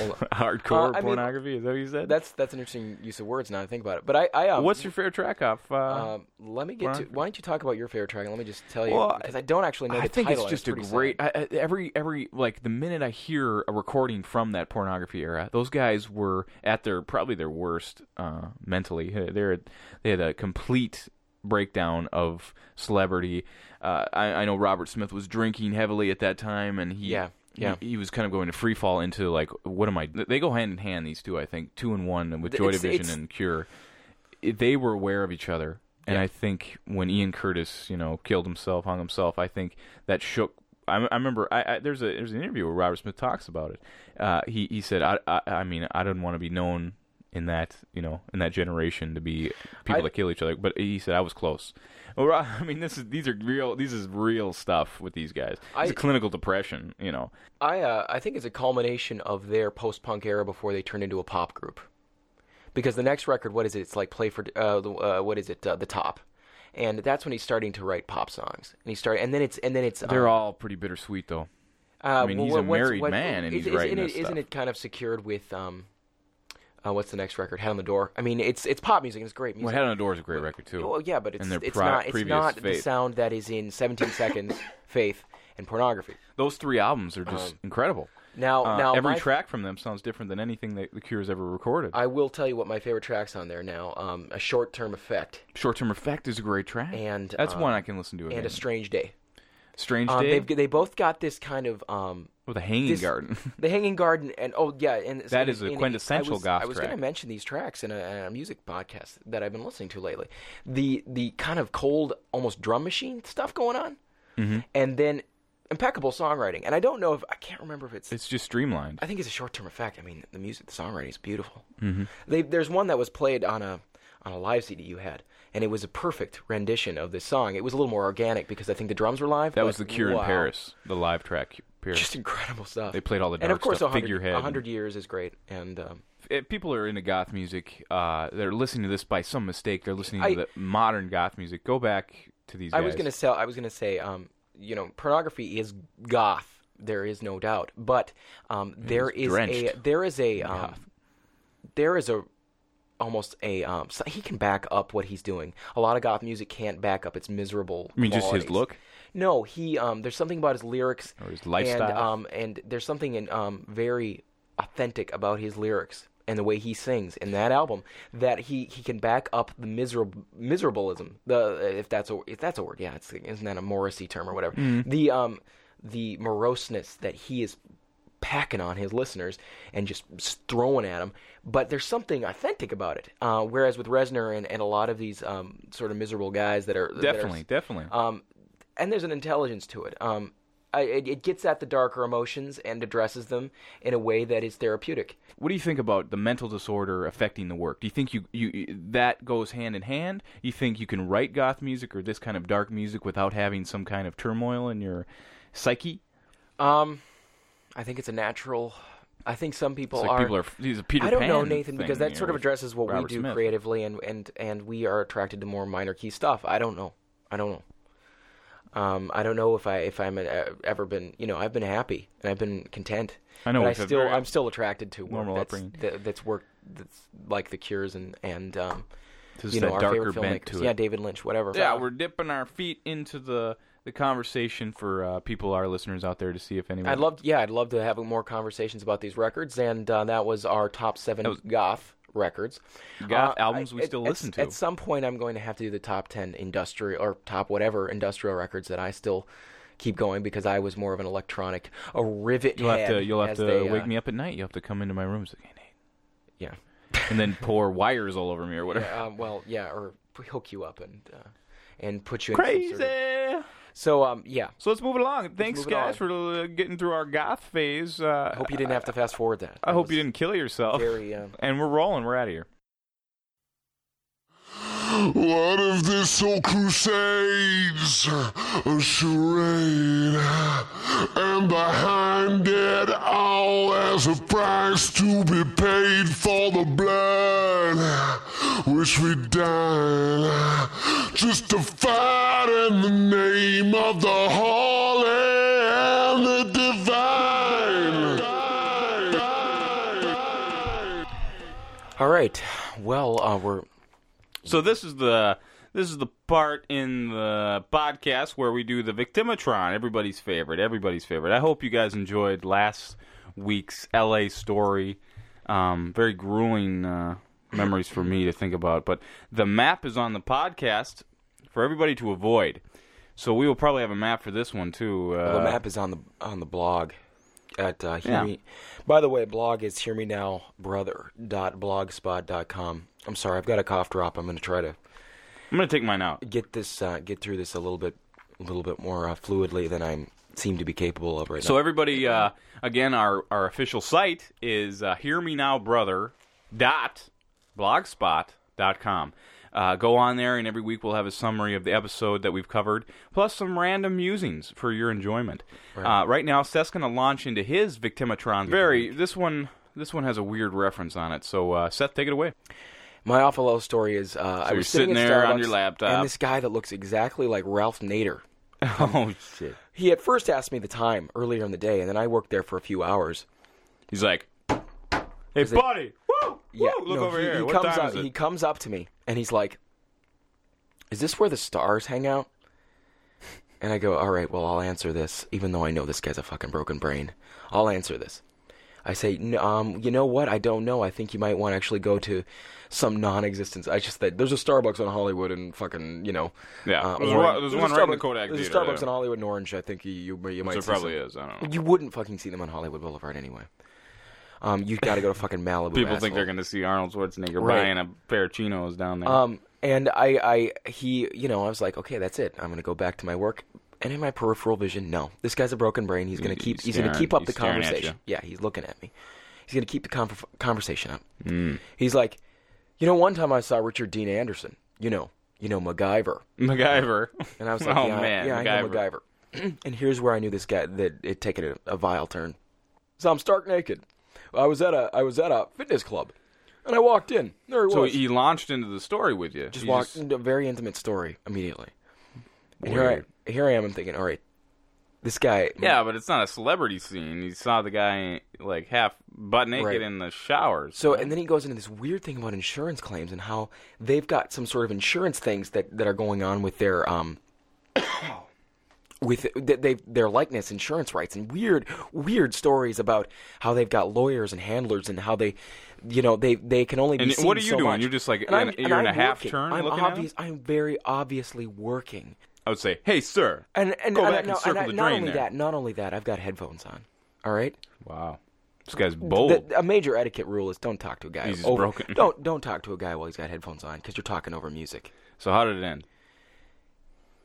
[SPEAKER 3] Well,
[SPEAKER 2] Hardcore
[SPEAKER 3] Uh, I mean-
[SPEAKER 2] pornography is that what you said?
[SPEAKER 3] that's that's an interesting use of words now. that I think about it, but I, I um,
[SPEAKER 2] What's your favorite track off? Uh,
[SPEAKER 3] Um, let me get to.
[SPEAKER 2] Pornography.
[SPEAKER 3] Why don't you talk about your favorite track? And let me just tell you
[SPEAKER 2] Well,
[SPEAKER 3] because I don't actually know.
[SPEAKER 2] I
[SPEAKER 3] the
[SPEAKER 2] think
[SPEAKER 3] title,
[SPEAKER 2] it's
[SPEAKER 3] and
[SPEAKER 2] just a
[SPEAKER 3] pretty
[SPEAKER 2] great.
[SPEAKER 3] sad.
[SPEAKER 2] I, I, every every like the minute I hear a recording from that pornography era, those guys were at their probably their worst uh, mentally. They're they had a complete breakdown of celebrity. Uh, I, I know Robert Smith was drinking heavily at that time, and he
[SPEAKER 3] Yeah, yeah.
[SPEAKER 2] He, he was kind of going to free fall into like what am I? They go hand in hand these two, I think, two and one with
[SPEAKER 3] Th-
[SPEAKER 2] Joy
[SPEAKER 3] it's-
[SPEAKER 2] Division
[SPEAKER 3] it's-
[SPEAKER 2] and Cure it- they were aware of each other. And I think when Ian Curtis, you know, killed himself, hung himself, I think that shook. I, I remember I, I, there's a there's an interview where Robert Smith talks about it. Uh, he he said, I, I I mean I didn't want to be known in that you know in that generation to be people
[SPEAKER 3] I-
[SPEAKER 2] that kill each other, but he said I was close. Well, Ro- I mean this is these are real this is real stuff with these guys. It's
[SPEAKER 3] I-
[SPEAKER 2] clinical depression, you know.
[SPEAKER 3] I uh, I think it's a culmination of their post-punk era before they turned into a pop group, because the next record, what is it? It's like play for uh, the- uh, what is it? Uh, the top, and that's when he's starting to write pop songs. And he started, and then it's and then it's. um,
[SPEAKER 2] They're all pretty bittersweet though.
[SPEAKER 3] Uh,
[SPEAKER 2] I mean, he's a
[SPEAKER 3] what's-
[SPEAKER 2] married man and
[SPEAKER 3] is-
[SPEAKER 2] he's writing
[SPEAKER 3] isn't,
[SPEAKER 2] this
[SPEAKER 3] it, isn't
[SPEAKER 2] stuff.
[SPEAKER 3] it kind of secured with um, uh, what's the next record? Head on the Door. I mean, it's it's pop music and it's great music.
[SPEAKER 2] Well, Head on a Door is a great record too.
[SPEAKER 3] Well, yeah, but it's
[SPEAKER 2] And their
[SPEAKER 3] it's
[SPEAKER 2] pri-
[SPEAKER 3] not it's
[SPEAKER 2] previous
[SPEAKER 3] not the
[SPEAKER 2] faith.
[SPEAKER 3] sound that is in 17 seconds, faith, and pornography.
[SPEAKER 2] Um, Those three albums are just incredible.
[SPEAKER 3] Now,
[SPEAKER 2] Uh,
[SPEAKER 3] now
[SPEAKER 2] every
[SPEAKER 3] my-
[SPEAKER 2] track from them sounds different than anything that the Cure's ever recorded.
[SPEAKER 3] I will tell you what my favorite track's on there now. Um, a short term effect
[SPEAKER 2] Short Term Effect is a great track,
[SPEAKER 3] And,
[SPEAKER 2] that's
[SPEAKER 3] uh,
[SPEAKER 2] one I can listen to.
[SPEAKER 3] and
[SPEAKER 2] again.
[SPEAKER 3] a strange day.
[SPEAKER 2] Mm. Strange
[SPEAKER 3] Um,
[SPEAKER 2] Day
[SPEAKER 3] they've they both got this kind of um,
[SPEAKER 2] with a Hanging
[SPEAKER 3] this-
[SPEAKER 2] Garden.
[SPEAKER 3] the hanging garden and oh yeah, and
[SPEAKER 2] That is a
[SPEAKER 3] and- and
[SPEAKER 2] quintessential
[SPEAKER 3] I was,
[SPEAKER 2] goth
[SPEAKER 3] I was
[SPEAKER 2] track.
[SPEAKER 3] going to mention these tracks in a, in a music podcast that I've been listening to lately. The the kind of cold, almost drum machine stuff going on,
[SPEAKER 2] Mm-hmm.
[SPEAKER 3] and then impeccable songwriting. And I don't know if I can't remember if it's
[SPEAKER 2] it's just streamlined.
[SPEAKER 3] I think it's a short term effect. I mean, the music, the songwriting is beautiful. Mm-hmm. They, there's one that was played on a on a live CD you had, and it was a perfect rendition of this song. It was a little more organic because I think the drums were live.
[SPEAKER 2] That
[SPEAKER 3] but
[SPEAKER 2] was the Cure
[SPEAKER 3] wow.
[SPEAKER 2] in Paris, the live track. Paris.
[SPEAKER 3] Just incredible stuff.
[SPEAKER 2] They played all the
[SPEAKER 3] and of
[SPEAKER 2] dark
[SPEAKER 3] course,
[SPEAKER 2] stuff,
[SPEAKER 3] 100,
[SPEAKER 2] Figurehead.
[SPEAKER 3] 100 years is great, and um,
[SPEAKER 2] if people are into goth music, uh, they're listening to this by some mistake. They're listening
[SPEAKER 3] I-
[SPEAKER 2] to the modern goth music. Go back to these.
[SPEAKER 3] I was
[SPEAKER 2] guys.
[SPEAKER 3] gonna sell. I was gonna say, um, you know, pornography is goth. There is no doubt, but um, there
[SPEAKER 2] is
[SPEAKER 3] is, a
[SPEAKER 2] drenched
[SPEAKER 3] there is a um,
[SPEAKER 2] goth.
[SPEAKER 3] there is a almost a um, so he can back up what he's doing. A lot of goth music can't back up its miserable.
[SPEAKER 2] I mean, just his
[SPEAKER 3] qualities.
[SPEAKER 2] look?
[SPEAKER 3] No, he um, there's something about his lyrics
[SPEAKER 2] Or his
[SPEAKER 3] and
[SPEAKER 2] lifestyle.
[SPEAKER 3] um, and there's something in um, very authentic about his lyrics and the way he sings in that album that he, he can back up the miserable miserableism the if that's a if that's a word yeah it's isn't that a Morrissey term or whatever
[SPEAKER 2] Mm-hmm.
[SPEAKER 3] the um the moroseness that he is packing on his listeners and just s- throwing at them but there's something authentic about it uh, whereas with Reznor and, and a lot of these um, sort of miserable guys that are that are-
[SPEAKER 2] definitely, definitely.
[SPEAKER 3] um, and there's an intelligence to it. Um, I, it, it gets at the darker emotions and addresses them in a way that is therapeutic.
[SPEAKER 2] what do you think about the mental disorder affecting the work? Do you think you, you you- that goes hand in hand? You think you can write goth music or this kind of dark music without having some kind of turmoil in your psyche?
[SPEAKER 3] Um, I think it's a natural. I think some people
[SPEAKER 2] It's like
[SPEAKER 3] are.
[SPEAKER 2] people are these are Peter
[SPEAKER 3] I don't know
[SPEAKER 2] Pan
[SPEAKER 3] Nathan because
[SPEAKER 2] thing,
[SPEAKER 3] that
[SPEAKER 2] you
[SPEAKER 3] sort
[SPEAKER 2] know,
[SPEAKER 3] of
[SPEAKER 2] with
[SPEAKER 3] addresses what
[SPEAKER 2] Robert
[SPEAKER 3] we do
[SPEAKER 2] Smith.
[SPEAKER 3] creatively, and and and we are attracted to more minor key stuff. I don't know. I don't know. Um, I don't know if I if I'm uh, ever been you know I've been happy and I've been content.
[SPEAKER 2] I know
[SPEAKER 3] but I
[SPEAKER 2] we've had
[SPEAKER 3] still
[SPEAKER 2] very
[SPEAKER 3] I'm still attracted to work
[SPEAKER 2] normal
[SPEAKER 3] that's,
[SPEAKER 2] upbringing.
[SPEAKER 3] That, that's work that's like the Cures and and um,
[SPEAKER 2] Just
[SPEAKER 3] you know
[SPEAKER 2] that
[SPEAKER 3] our
[SPEAKER 2] darker
[SPEAKER 3] favorite
[SPEAKER 2] bent
[SPEAKER 3] filmmakers.
[SPEAKER 2] to it.
[SPEAKER 3] yeah, David Lynch, whatever.
[SPEAKER 2] Yeah,
[SPEAKER 3] Uh,
[SPEAKER 2] we're dipping our feet into the the conversation for uh, people, our listeners out there, to see if anyone.
[SPEAKER 3] I'd love yeah I'd love to have more conversations about these records, and uh, that was our top seven goth records.
[SPEAKER 2] Goth
[SPEAKER 3] Uh,
[SPEAKER 2] albums we
[SPEAKER 3] at-
[SPEAKER 2] still
[SPEAKER 3] at-
[SPEAKER 2] listen to.
[SPEAKER 3] At some point, I'm going to have to do the top ten industrial or top whatever industrial records that I still keep going because I was more of an electronic a rivet.
[SPEAKER 2] you'll have to
[SPEAKER 3] head,
[SPEAKER 2] you'll have
[SPEAKER 3] as
[SPEAKER 2] to
[SPEAKER 3] they, uh,
[SPEAKER 2] wake me up at night. You'll have to come into my room. It's like, "Hey,
[SPEAKER 3] Yeah.
[SPEAKER 2] Nate," and then pour wires all over me or whatever.
[SPEAKER 3] Uh, well, yeah, or p- hook you up and uh, and put you in some sort of-
[SPEAKER 2] Crazy.
[SPEAKER 3] So um yeah.
[SPEAKER 2] So let's move it along. Thanks,
[SPEAKER 3] move it
[SPEAKER 2] guys,
[SPEAKER 3] on.
[SPEAKER 2] for uh, getting through our goth phase. Uh,
[SPEAKER 3] Hope you didn't have to fast forward that.
[SPEAKER 2] I hope you didn't kill yourself.
[SPEAKER 3] Very. Um,
[SPEAKER 2] And we're rolling. We're out of here.
[SPEAKER 1] What if this whole crusade's a charade? And behind it all as a price to be paid for the blood which we died just to fight in the name of the holy and the divine.
[SPEAKER 3] all right. Well, uh, we're
[SPEAKER 2] So this is the this is the part in the podcast where we do the Victimatron, everybody's favorite, everybody's favorite. I hope you guys enjoyed last week's LA story. Um, very grueling uh, memories for me to think about, but the map is on the podcast for everybody to avoid. So we will probably have a map for this one too. Uh,
[SPEAKER 3] the map is on the on the blog at uh, hear
[SPEAKER 2] Yeah.
[SPEAKER 3] me. By the way, blog is hear me now brother dot blogspot dot com. I'm sorry, I've got a cough drop. I'm going to try to
[SPEAKER 2] I'm gonna take mine out.
[SPEAKER 3] get this uh, get through this a little bit a little bit more uh, fluidly than I seem to be capable of right
[SPEAKER 2] So everybody, uh, again, our, our official site is uh, hearmenobrother.blogspot.com. Uh, go on there, and every week we'll have a summary of the episode that we've covered, plus some random musings for your enjoyment. Right, uh, right now, Seth's going to launch into his Victimatron. Very this one. This one has a weird reference on it. So uh, Seth, take it away.
[SPEAKER 3] now. My awful low story is uh, I
[SPEAKER 2] you're
[SPEAKER 3] was sitting,
[SPEAKER 2] sitting
[SPEAKER 3] at
[SPEAKER 2] there on
[SPEAKER 3] Starbucks,
[SPEAKER 2] your laptop.
[SPEAKER 3] and this guy that looks exactly like Ralph Nader.
[SPEAKER 2] oh shit!
[SPEAKER 3] He at first asked me the time earlier in the day, and then I worked there for a few hours.
[SPEAKER 2] He's like, "Hey, buddy! Woo!
[SPEAKER 3] Yeah,
[SPEAKER 2] Woo! Look
[SPEAKER 3] no,
[SPEAKER 2] over
[SPEAKER 3] he,
[SPEAKER 2] here.
[SPEAKER 3] He
[SPEAKER 2] what
[SPEAKER 3] comes
[SPEAKER 2] time
[SPEAKER 3] up,
[SPEAKER 2] is it?"
[SPEAKER 3] He comes up to me and he's like, "Is this where the stars hang out?" And I go, "All right, well, I'll answer this, even though I know this guy's a fucking broken brain. I'll answer this." I say, "N- um, you know what? I don't know. I think you might want to actually go to some non-existence. I just that there's a Starbucks on Hollywood and fucking you know.
[SPEAKER 2] Yeah.
[SPEAKER 3] uh,
[SPEAKER 2] There's
[SPEAKER 3] Orange-
[SPEAKER 2] one- there's one
[SPEAKER 3] a
[SPEAKER 2] right in the
[SPEAKER 3] Starbucks-
[SPEAKER 2] Kodak
[SPEAKER 3] There's a
[SPEAKER 2] Theater,
[SPEAKER 3] Starbucks
[SPEAKER 2] yeah.
[SPEAKER 3] on Hollywood and Orange. I think you you, you might.
[SPEAKER 2] There
[SPEAKER 3] see
[SPEAKER 2] probably
[SPEAKER 3] some-
[SPEAKER 2] is. I don't know.
[SPEAKER 3] You wouldn't fucking see them on Hollywood Boulevard anyway. Um, you got to go to fucking
[SPEAKER 2] People
[SPEAKER 3] Malibu.
[SPEAKER 2] think
[SPEAKER 3] asshole.
[SPEAKER 2] they're going to see Arnold Schwarzenegger
[SPEAKER 3] Right.
[SPEAKER 2] buying a pair of chinos down there.
[SPEAKER 3] Um, and I, I, he, you know, I was like, okay, that's it. I'm gonna go back to my work. And in my peripheral vision, no, this guy's a broken brain. He's gonna
[SPEAKER 2] He's
[SPEAKER 3] keep, he's, gonna
[SPEAKER 2] staring-
[SPEAKER 3] keep up
[SPEAKER 2] he's
[SPEAKER 3] the
[SPEAKER 2] staring at
[SPEAKER 3] conversation. Yeah, he's looking at me. He's gonna keep the conver conversation up.
[SPEAKER 2] Mm.
[SPEAKER 3] He's like, you know, one time I saw Richard Dean Anderson. You know, you know MacGyver.
[SPEAKER 2] MacGyver.
[SPEAKER 3] And I was like,
[SPEAKER 2] oh
[SPEAKER 3] yeah,
[SPEAKER 2] man,
[SPEAKER 3] yeah, I know MacGyver. and here's where I knew this guy that it taken a, a vile turn. So I'm stark naked. I was at a, I was at a fitness club, and I walked in. There he
[SPEAKER 2] So
[SPEAKER 3] was
[SPEAKER 2] he launched into the story with you.
[SPEAKER 3] just
[SPEAKER 2] You
[SPEAKER 3] walked into a very intimate story immediately.
[SPEAKER 2] Weird.
[SPEAKER 3] And here I here I am. I'm thinking, all right, this guy.
[SPEAKER 2] Yeah, but it's not a celebrity scene. You saw the guy like half butt naked
[SPEAKER 3] Right.
[SPEAKER 2] in the shower.
[SPEAKER 3] So and then he goes into this weird thing about insurance claims and how they've got some sort of insurance things that, that are going on with their um with that they their likeness insurance rights and weird weird stories about how they've got lawyers and handlers and how they you know they they can only be
[SPEAKER 2] And
[SPEAKER 3] seen
[SPEAKER 2] what are you
[SPEAKER 3] so
[SPEAKER 2] doing?
[SPEAKER 3] much.
[SPEAKER 2] You're just like
[SPEAKER 3] And
[SPEAKER 2] in-
[SPEAKER 3] I'm-
[SPEAKER 2] you're in
[SPEAKER 3] and
[SPEAKER 2] a
[SPEAKER 3] I'm
[SPEAKER 2] half
[SPEAKER 3] working.
[SPEAKER 2] turn
[SPEAKER 3] I'm
[SPEAKER 2] looking at him?
[SPEAKER 3] obvious I'm very obviously working.
[SPEAKER 2] I would say, "Hey, sir."
[SPEAKER 3] And and,
[SPEAKER 2] Go
[SPEAKER 3] and
[SPEAKER 2] back
[SPEAKER 3] I-
[SPEAKER 2] and
[SPEAKER 3] no,
[SPEAKER 2] circle
[SPEAKER 3] I-
[SPEAKER 2] the
[SPEAKER 3] not
[SPEAKER 2] drain
[SPEAKER 3] only
[SPEAKER 2] there.
[SPEAKER 3] that, not only that, I've got headphones on. All right.
[SPEAKER 2] Wow, this guy's bold.
[SPEAKER 3] The- a major etiquette rule is don't talk to a guy.
[SPEAKER 2] He's
[SPEAKER 3] over,
[SPEAKER 2] broken.
[SPEAKER 3] Don't don't talk to a guy while he's got headphones on because you're talking over music.
[SPEAKER 2] so how did it end?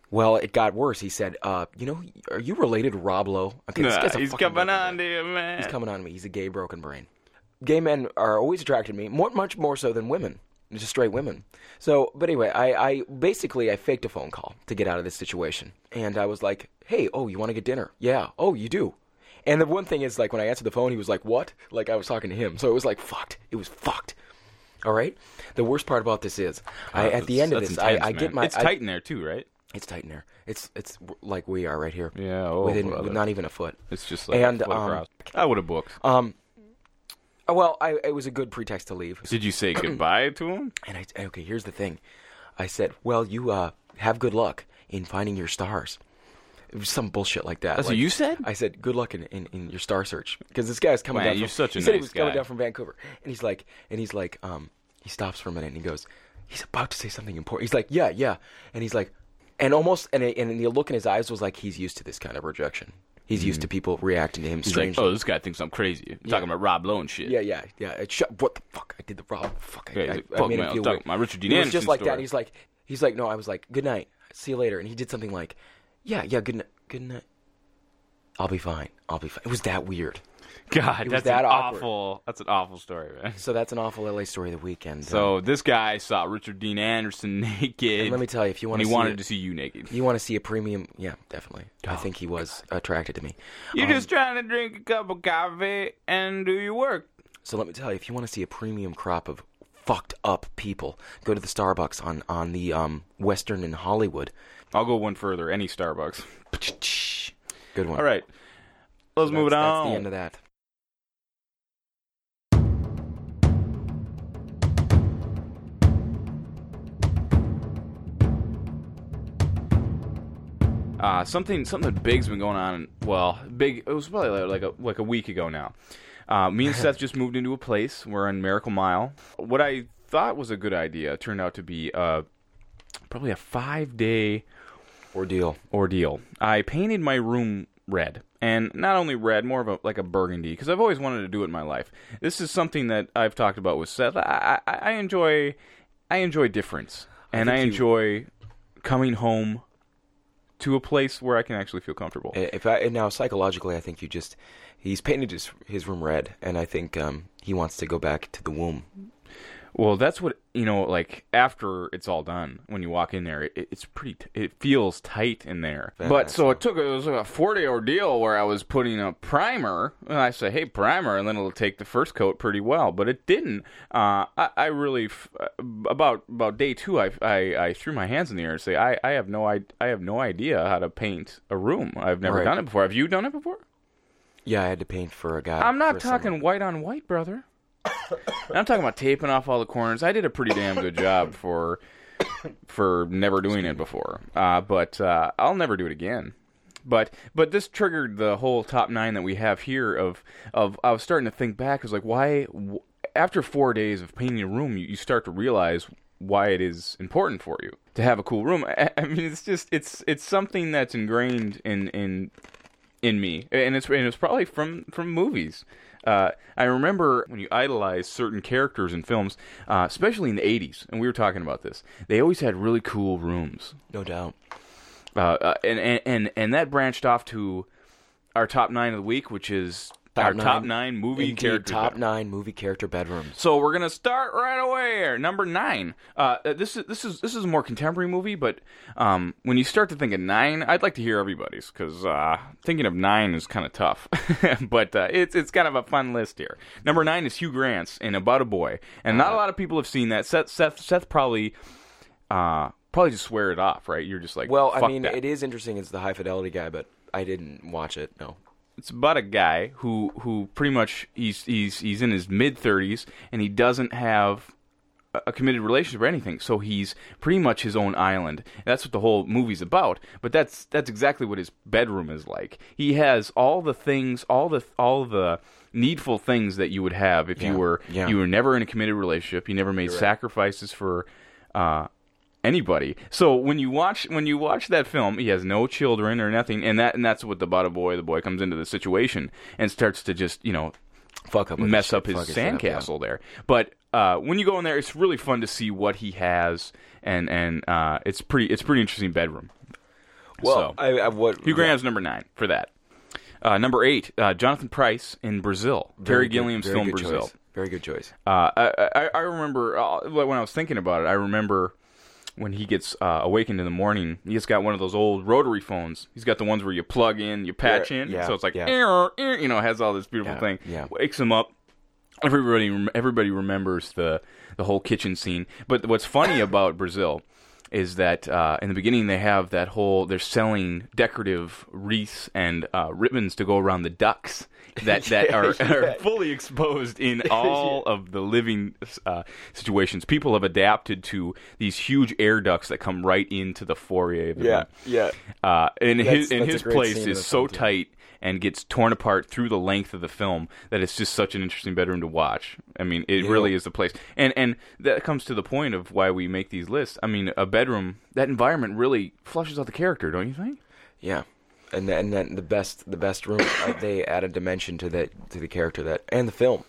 [SPEAKER 3] Well, it got worse. He said, "Uh, you know, are you related to Rob Lowe? Okay, this
[SPEAKER 2] Nah,
[SPEAKER 3] guy's a
[SPEAKER 2] he's
[SPEAKER 3] fucking
[SPEAKER 2] coming
[SPEAKER 3] broken
[SPEAKER 2] on to you, man.
[SPEAKER 3] He's coming on me. He's a gay broken brain. Gay men are always attracted to me, more, much more so than women, just straight women. So, but anyway, I, I basically I faked a phone call to get out of this situation, and I was like, "Hey, oh, you want to get dinner? Yeah. Oh, you do." And the one thing is, like, when I answered the phone, he was like, "What?" Like I was talking to him, so it was like fucked. It was fucked. All right. The worst part about this is, I, at the end of
[SPEAKER 2] Uh, That's
[SPEAKER 3] this,
[SPEAKER 2] intense,
[SPEAKER 3] I, I
[SPEAKER 2] man.
[SPEAKER 3] get my
[SPEAKER 2] It's
[SPEAKER 3] I-
[SPEAKER 2] tight in there too, right?
[SPEAKER 3] it's tight in there. It's it's like we are right here.
[SPEAKER 2] Yeah, oh,
[SPEAKER 3] within
[SPEAKER 2] brother.
[SPEAKER 3] with not even a foot.
[SPEAKER 2] It's just like
[SPEAKER 3] And,
[SPEAKER 2] a float
[SPEAKER 3] um,
[SPEAKER 2] across. I would have booked.
[SPEAKER 3] Um, uh, well, I, it was a good pretext to leave.
[SPEAKER 2] Did you say goodbye to him?
[SPEAKER 3] And I okay, here's the thing. I said, "Well, you uh, have good luck in finding your stars." It was some bullshit like that.
[SPEAKER 2] That's
[SPEAKER 3] like-
[SPEAKER 2] what you said?
[SPEAKER 3] I said, "Good luck in, in, in your star search," because this guy's coming
[SPEAKER 2] Man,
[SPEAKER 3] down.
[SPEAKER 2] you're
[SPEAKER 3] from,
[SPEAKER 2] such a
[SPEAKER 3] he said he
[SPEAKER 2] nice
[SPEAKER 3] was coming
[SPEAKER 2] guy.
[SPEAKER 3] down from Vancouver, and he's like, and he's like, um, he stops for a minute and he goes, he's about to say something important. He's like, "Yeah, yeah," and he's like, and almost, and and the look in his eyes was like he's used to this kind of rejection. He's used to people reacting to him
[SPEAKER 2] Mm. He's like,
[SPEAKER 3] strangely.
[SPEAKER 2] "Oh, this guy thinks I'm crazy." You're Talking about Rob Lowe and shit.
[SPEAKER 3] Yeah, yeah, yeah. It shut, what the fuck? I did the Rob. Fuck. I,
[SPEAKER 2] Yeah, he's
[SPEAKER 3] I,
[SPEAKER 2] like,
[SPEAKER 3] I
[SPEAKER 2] fuck, man,
[SPEAKER 3] made him
[SPEAKER 2] I was
[SPEAKER 3] feel
[SPEAKER 2] talking
[SPEAKER 3] weird.
[SPEAKER 2] about Richard Dean
[SPEAKER 3] It was
[SPEAKER 2] Anderson
[SPEAKER 3] just like that.
[SPEAKER 2] story.
[SPEAKER 3] He's like, he's like, no. I was like, good night. See you later. And he did something like, yeah, yeah, good night, good night. I'll be fine. I'll be fine. It was that weird.
[SPEAKER 2] God,
[SPEAKER 3] was
[SPEAKER 2] that's an
[SPEAKER 3] that awkward.
[SPEAKER 2] awful. That's an awful story, man.
[SPEAKER 3] So that's an awful LA story of the weekend.
[SPEAKER 2] So this guy saw Richard Dean Anderson naked.
[SPEAKER 3] let me tell you, if you
[SPEAKER 2] and
[SPEAKER 3] want
[SPEAKER 2] he
[SPEAKER 3] to,
[SPEAKER 2] wanted to Oh, see you naked.
[SPEAKER 3] you want to see a premium, yeah, definitely. I think he was attracted to me.
[SPEAKER 2] You're
[SPEAKER 3] Um,
[SPEAKER 2] just trying to drink a cup of coffee and do your work.
[SPEAKER 3] So let me tell you, if you want to see a premium crop of fucked up people, go to the Starbucks on on the um Western in Hollywood.
[SPEAKER 2] I'll go one further. Any Starbucks.
[SPEAKER 3] Good one.
[SPEAKER 2] All right, let's move it
[SPEAKER 3] That's-
[SPEAKER 2] on.
[SPEAKER 3] That's the end of that.
[SPEAKER 2] Uh, something something big's been going on. Well, big. It was probably like a, like a week ago now. Uh, me and Seth just moved into a place. We're in Miracle Mile. What I thought was a good idea turned out to be uh, probably a five day
[SPEAKER 3] Ordeal.
[SPEAKER 2] ordeal. I painted my room red, and not only red, more of a like a burgundy, because I've always wanted to do it in my life. This is something that I've talked about with Seth. I I, I enjoy, I enjoy difference, and I,
[SPEAKER 3] think you-
[SPEAKER 2] enjoy coming home to a place where I can actually feel comfortable.
[SPEAKER 3] If I and now psychologically, I think you just he's painted his his room red, and I think um, he wants to go back to the womb.
[SPEAKER 2] Well, that's what you know. Like after it's all done, when you walk in there, it, it's pretty. T- it feels tight in there. but so it took. It was like a four-day ordeal where I was putting a primer. And I say, "Hey, primer," and then it'll take the first coat pretty well. But it didn't. Uh, I, I really f- uh, about about day two, I, I I threw my hands in the air and say, "I I have no I, I have no idea how to paint a room. I've never
[SPEAKER 3] Right.
[SPEAKER 2] done it before. Have you done it before?"
[SPEAKER 3] Yeah, I had to paint for a guy.
[SPEAKER 2] I'm
[SPEAKER 3] for
[SPEAKER 2] not
[SPEAKER 3] a summer.
[SPEAKER 2] talking white on white, brother. And I'm talking about taping off all the corners. I did a pretty damn good job for for never doing it before. Uh, but uh, I'll never do it again. But but this triggered the whole top nine that we have here. Of of I was starting to think back. I was like, why? wh- After four days of painting a room, you, you start to realize why it is important for you to have a cool room. I, I mean, it's just it's it's something that's ingrained in in in me, and it's and it's probably from from movies. Uh, I remember when you idolize certain characters in films, uh, especially in the '80s, and we were talking about this. They always had really cool rooms,
[SPEAKER 3] No doubt.
[SPEAKER 2] uh, uh, and, and and and that branched off to our top nine of the week, which is
[SPEAKER 3] Top
[SPEAKER 2] our top
[SPEAKER 3] nine.
[SPEAKER 2] nine movie
[SPEAKER 3] Indeed,
[SPEAKER 2] characters.
[SPEAKER 3] top nine movie character bedrooms.
[SPEAKER 2] So we're gonna start right away. Here. Number nine. Uh, this is this is this is a more contemporary movie, but um, when you start to think of nine, I'd like to hear everybody's because uh, thinking of nine is kind of tough. but uh, it's it's kind of a fun list here. Number nine is Hugh Grant's in About a Boy, and not a lot of people have seen that. Seth Seth Seth probably uh, probably just swear it off, right? You're just like,
[SPEAKER 3] Well, I
[SPEAKER 2] "Fuck
[SPEAKER 3] mean,
[SPEAKER 2] that."
[SPEAKER 3] it is interesting. It's the high fidelity guy, but I didn't watch it. No.
[SPEAKER 2] it's about a guy who who pretty much he's he's he's in his mid 30s and he doesn't have a- a committed relationship or anything so he's pretty much his own island that's what the whole movie's about but that's that's exactly what his bedroom is like he has all the things all the all the needful things that you would have if you
[SPEAKER 3] Yeah,
[SPEAKER 2] were
[SPEAKER 3] yeah.
[SPEAKER 2] you were never in a committed relationship you never made sacrifices for uh anybody. So when you watch when you watch that film, he has no children or nothing, and that and that's what the bottom boy the boy comes into the situation and starts to just you know
[SPEAKER 3] Fuck up. with
[SPEAKER 2] mess
[SPEAKER 3] shit.
[SPEAKER 2] up his
[SPEAKER 3] Fuck shit up, yeah.
[SPEAKER 2] sandcastle there. But uh, when you go in there, it's really fun to see what he has, and and uh, it's pretty it's pretty interesting bedroom.
[SPEAKER 3] Well,
[SPEAKER 2] So.
[SPEAKER 3] I, I what
[SPEAKER 2] Hugh Graham's number nine for that. Uh, number eight, uh, Jonathan Price in Brazil. Terry
[SPEAKER 3] Very good-
[SPEAKER 2] Gilliam's
[SPEAKER 3] very
[SPEAKER 2] film
[SPEAKER 3] good
[SPEAKER 2] Brazil.
[SPEAKER 3] choice. Very good choice.
[SPEAKER 2] Uh, I, I, I remember uh, when I was thinking about it. I remember when he gets uh, awakened in the morning. He's got one of those old rotary phones. He's got the ones where you plug in, you patch
[SPEAKER 3] Yeah,
[SPEAKER 2] in,
[SPEAKER 3] yeah,
[SPEAKER 2] so it's like
[SPEAKER 3] yeah.
[SPEAKER 2] "Err, err," you know it has all this beautiful
[SPEAKER 3] Yeah,
[SPEAKER 2] thing.
[SPEAKER 3] yeah.
[SPEAKER 2] Wakes him up. Everybody rem- everybody remembers the the whole kitchen scene. But what's funny about Brazil is that uh, in the beginning they have that whole they're selling decorative wreaths and uh, ribbons to go around the ducks that that are, are fully exposed in all of the living uh, situations. People have adapted to these huge air ducts that come right into the foyer of the room.
[SPEAKER 3] yeah.
[SPEAKER 2] Uh, and his
[SPEAKER 3] that's
[SPEAKER 2] and
[SPEAKER 3] a
[SPEAKER 2] his
[SPEAKER 3] great
[SPEAKER 2] place
[SPEAKER 3] scene in
[SPEAKER 2] is
[SPEAKER 3] the
[SPEAKER 2] so
[SPEAKER 3] film, too.
[SPEAKER 2] tight and gets torn apart through the length of the film that it's just such an interesting bedroom to watch. I mean, it really is the place. And and that comes to the point of why we make these lists. I mean, a bedroom, that environment really flushes out the character, don't you think?
[SPEAKER 3] Yeah, and then, and then the best the best room uh, they add a dimension to that to the character that and the film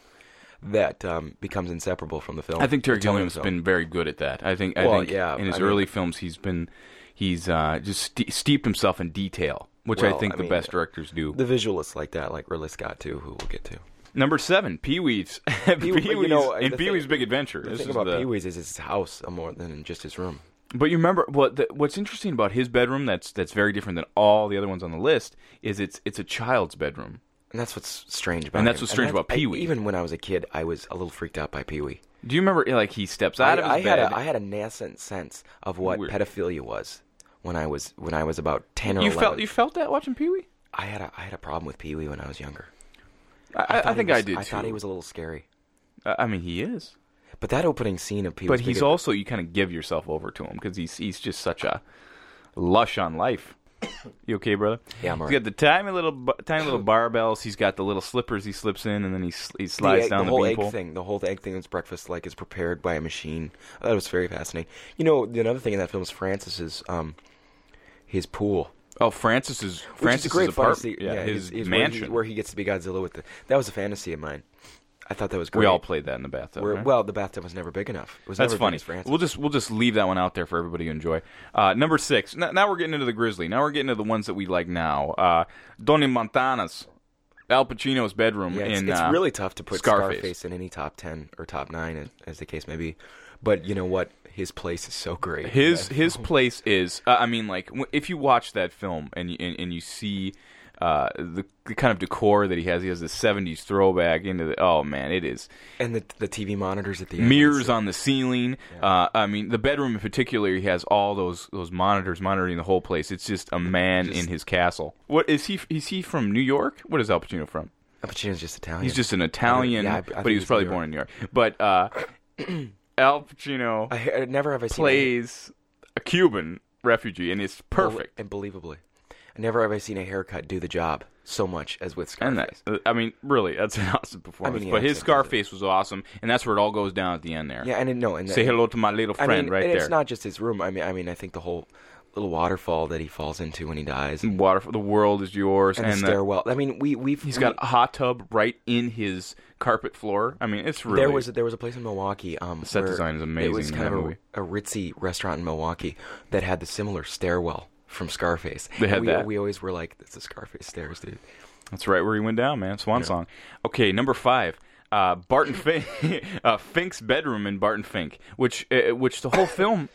[SPEAKER 3] that um, becomes inseparable from the film.
[SPEAKER 2] I think Terry
[SPEAKER 3] The tone of
[SPEAKER 2] Gilliam's
[SPEAKER 3] the film.
[SPEAKER 2] been very good at that. I think I
[SPEAKER 3] Well,
[SPEAKER 2] think
[SPEAKER 3] yeah,
[SPEAKER 2] in his
[SPEAKER 3] I mean-
[SPEAKER 2] early films he's been he's uh, just ste- steeped himself in detail, which I
[SPEAKER 3] Well,
[SPEAKER 2] think
[SPEAKER 3] I
[SPEAKER 2] the
[SPEAKER 3] mean, uh,
[SPEAKER 2] best directors do.
[SPEAKER 3] the visualists like that, like Ridley Scott too, who we'll get to.
[SPEAKER 2] Number seven, Pee Wee's, Pee
[SPEAKER 3] you
[SPEAKER 2] Wee's,
[SPEAKER 3] know, uh,
[SPEAKER 2] in
[SPEAKER 3] the
[SPEAKER 2] Pee
[SPEAKER 3] thing-
[SPEAKER 2] Wee's Big Adventure.
[SPEAKER 3] The
[SPEAKER 2] This
[SPEAKER 3] thing
[SPEAKER 2] is
[SPEAKER 3] about
[SPEAKER 2] the-
[SPEAKER 3] Pee Wee's is his house uh, more than just his room.
[SPEAKER 2] But you remember what the, what's interesting about his bedroom that's that's very different than all the other ones on the list is it's it's a child's bedroom.
[SPEAKER 3] And that's what's strange about
[SPEAKER 2] And that's
[SPEAKER 3] him.
[SPEAKER 2] what's strange about
[SPEAKER 3] I-
[SPEAKER 2] Pee-wee.
[SPEAKER 3] Even when I was a kid, I was a little freaked out by Pee Wee.
[SPEAKER 2] Do you remember like he steps
[SPEAKER 3] I,
[SPEAKER 2] out of his
[SPEAKER 3] I
[SPEAKER 2] bed?
[SPEAKER 3] had a, I had a nascent sense of what
[SPEAKER 2] Weird.
[SPEAKER 3] pedophilia was when I was when I was about ten or
[SPEAKER 2] you
[SPEAKER 3] 11.
[SPEAKER 2] felt you felt that watching Pee Wee?
[SPEAKER 3] I had a I had a problem with Pee Wee when I was younger.
[SPEAKER 2] I, I,
[SPEAKER 3] thought
[SPEAKER 2] think
[SPEAKER 3] he
[SPEAKER 2] I
[SPEAKER 3] was-
[SPEAKER 2] did.
[SPEAKER 3] I thought
[SPEAKER 2] too.
[SPEAKER 3] he was a little scary.
[SPEAKER 2] I I mean, he is.
[SPEAKER 3] But that opening scene of Pee
[SPEAKER 2] But
[SPEAKER 3] Wee's
[SPEAKER 2] he's also you kind of give yourself over to him because he's he's just such a lush on life. You okay, brother?
[SPEAKER 3] Yeah, I'm
[SPEAKER 2] He's
[SPEAKER 3] alright.
[SPEAKER 2] got the tiny little bu- tiny little barbells. He's got the little slippers he slips in, and then he sl- he
[SPEAKER 3] the,
[SPEAKER 2] slides
[SPEAKER 3] egg-
[SPEAKER 2] down
[SPEAKER 3] the
[SPEAKER 2] the,
[SPEAKER 3] whole
[SPEAKER 2] beanpole.
[SPEAKER 3] egg thing. The whole egg thing that's breakfast like is prepared by a machine. That was very fascinating. You know, the another thing in that film is Francis's um, his pool.
[SPEAKER 2] Oh, Francis's
[SPEAKER 3] which
[SPEAKER 2] Francis's
[SPEAKER 3] is a great
[SPEAKER 2] apartment,
[SPEAKER 3] fantasy.
[SPEAKER 2] yeah, his,
[SPEAKER 3] where he-
[SPEAKER 2] mansion.
[SPEAKER 3] where he, gets to be Godzilla with the. That was a fantasy of mine. I thought that was great.
[SPEAKER 2] We all played that in the bathtub.
[SPEAKER 3] Where-
[SPEAKER 2] right?
[SPEAKER 3] Well, the bathtub was never big enough. It was
[SPEAKER 2] That's
[SPEAKER 3] never
[SPEAKER 2] funny.
[SPEAKER 3] Big as Francis.
[SPEAKER 2] We'll just we'll just leave that one out there for everybody to enjoy. Uh, number six. N- now we're getting into the Grizzly. Now we're getting to the ones that we like now. Uh, Donny Montana's Al Pacino's bedroom
[SPEAKER 3] Yeah, it's,
[SPEAKER 2] in
[SPEAKER 3] it's
[SPEAKER 2] uh,
[SPEAKER 3] really tough to put
[SPEAKER 2] Scarface.
[SPEAKER 3] Scarface. in any top ten or top nine, as, as the case may be. But you know what? His place is so great.
[SPEAKER 2] His his place is. Uh, I mean, like w- if you watch that film and you, and, and you see uh, the, the kind of decor that he has, he has the '70s throwback into the. Oh man, it is.
[SPEAKER 3] and the the TV monitors at the end.
[SPEAKER 2] mirrors on the ceiling. Uh, I mean, the bedroom in particular, he has all those those monitors monitoring the whole place. It's just a man in his castle. What is he? Is he from New York? What is Al Pacino from?
[SPEAKER 3] Al Pacino's just Italian.
[SPEAKER 2] He's just an Italian,
[SPEAKER 3] Yeah, I- I think
[SPEAKER 2] but he was
[SPEAKER 3] he's
[SPEAKER 2] probably
[SPEAKER 3] New
[SPEAKER 2] born in New York. But uh, Al Pacino
[SPEAKER 3] I, I never have I seen
[SPEAKER 2] plays a Cuban refugee, and it's
[SPEAKER 3] it. Bel-
[SPEAKER 2] perfect.
[SPEAKER 3] and believably. Never have I seen a haircut do the job so much as with Scarface.
[SPEAKER 2] And that, I mean, really, that's an awesome performance.
[SPEAKER 3] yeah,
[SPEAKER 2] but
[SPEAKER 3] it's
[SPEAKER 2] his Scarface was awesome, and that's where it all goes down at the end there.
[SPEAKER 3] yeah, and it- no, and
[SPEAKER 2] Say
[SPEAKER 3] that-
[SPEAKER 2] hello to my little
[SPEAKER 3] I
[SPEAKER 2] friend
[SPEAKER 3] mean,
[SPEAKER 2] right
[SPEAKER 3] and
[SPEAKER 2] there.
[SPEAKER 3] It's not just his room. I mean, I mean, I think the whole little waterfall that he falls into when he dies, and,
[SPEAKER 2] Water, the world is yours, and,
[SPEAKER 3] the
[SPEAKER 2] the-
[SPEAKER 3] stairwell. I mean, we we've
[SPEAKER 2] he's
[SPEAKER 3] we-
[SPEAKER 2] got a hot tub right in his carpet floor. I mean, it's really
[SPEAKER 3] There was there was a place in Milwaukee. Um,
[SPEAKER 2] set
[SPEAKER 3] where
[SPEAKER 2] design is
[SPEAKER 3] It
[SPEAKER 2] amazing
[SPEAKER 3] was
[SPEAKER 2] in
[SPEAKER 3] kind
[SPEAKER 2] that
[SPEAKER 3] of
[SPEAKER 2] movie.
[SPEAKER 3] a, a ritzy restaurant in Milwaukee that had the similar stairwell from Scarface.
[SPEAKER 2] They had
[SPEAKER 3] we,
[SPEAKER 2] that?
[SPEAKER 3] We always were like, "It's the Scarface stairs, dude."
[SPEAKER 2] That's right where he went down, man. Swan song. Okay, number five. Uh, Barton Fink, uh, Fink's bedroom in Barton Fink, which uh, which the whole film,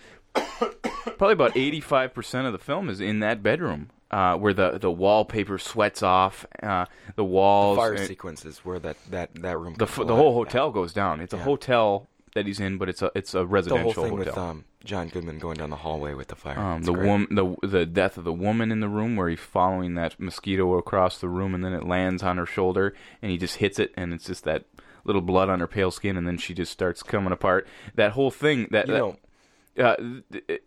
[SPEAKER 2] probably about eighty five percent of the film is in that bedroom, uh, where the, the wallpaper sweats off, uh, the walls,
[SPEAKER 3] Fire
[SPEAKER 2] and
[SPEAKER 3] sequences where that that that room.
[SPEAKER 2] the f- the whole hotel goes down. It's a
[SPEAKER 3] Yeah.
[SPEAKER 2] hotel that he's in, but it's a it's a
[SPEAKER 3] The whole
[SPEAKER 2] residential hotel.
[SPEAKER 3] thing with um, John Goodman going down the hallway with the fire.
[SPEAKER 2] Um,
[SPEAKER 3] It's
[SPEAKER 2] the
[SPEAKER 3] great.
[SPEAKER 2] wom- the the death of the woman in the room, where he's following that mosquito across the room, and then it lands on her shoulder, and he just hits it, and it's just that little blood on her pale skin, and then she just starts coming apart. That whole thing, that,
[SPEAKER 3] You
[SPEAKER 2] that-
[SPEAKER 3] know,
[SPEAKER 2] uh, th-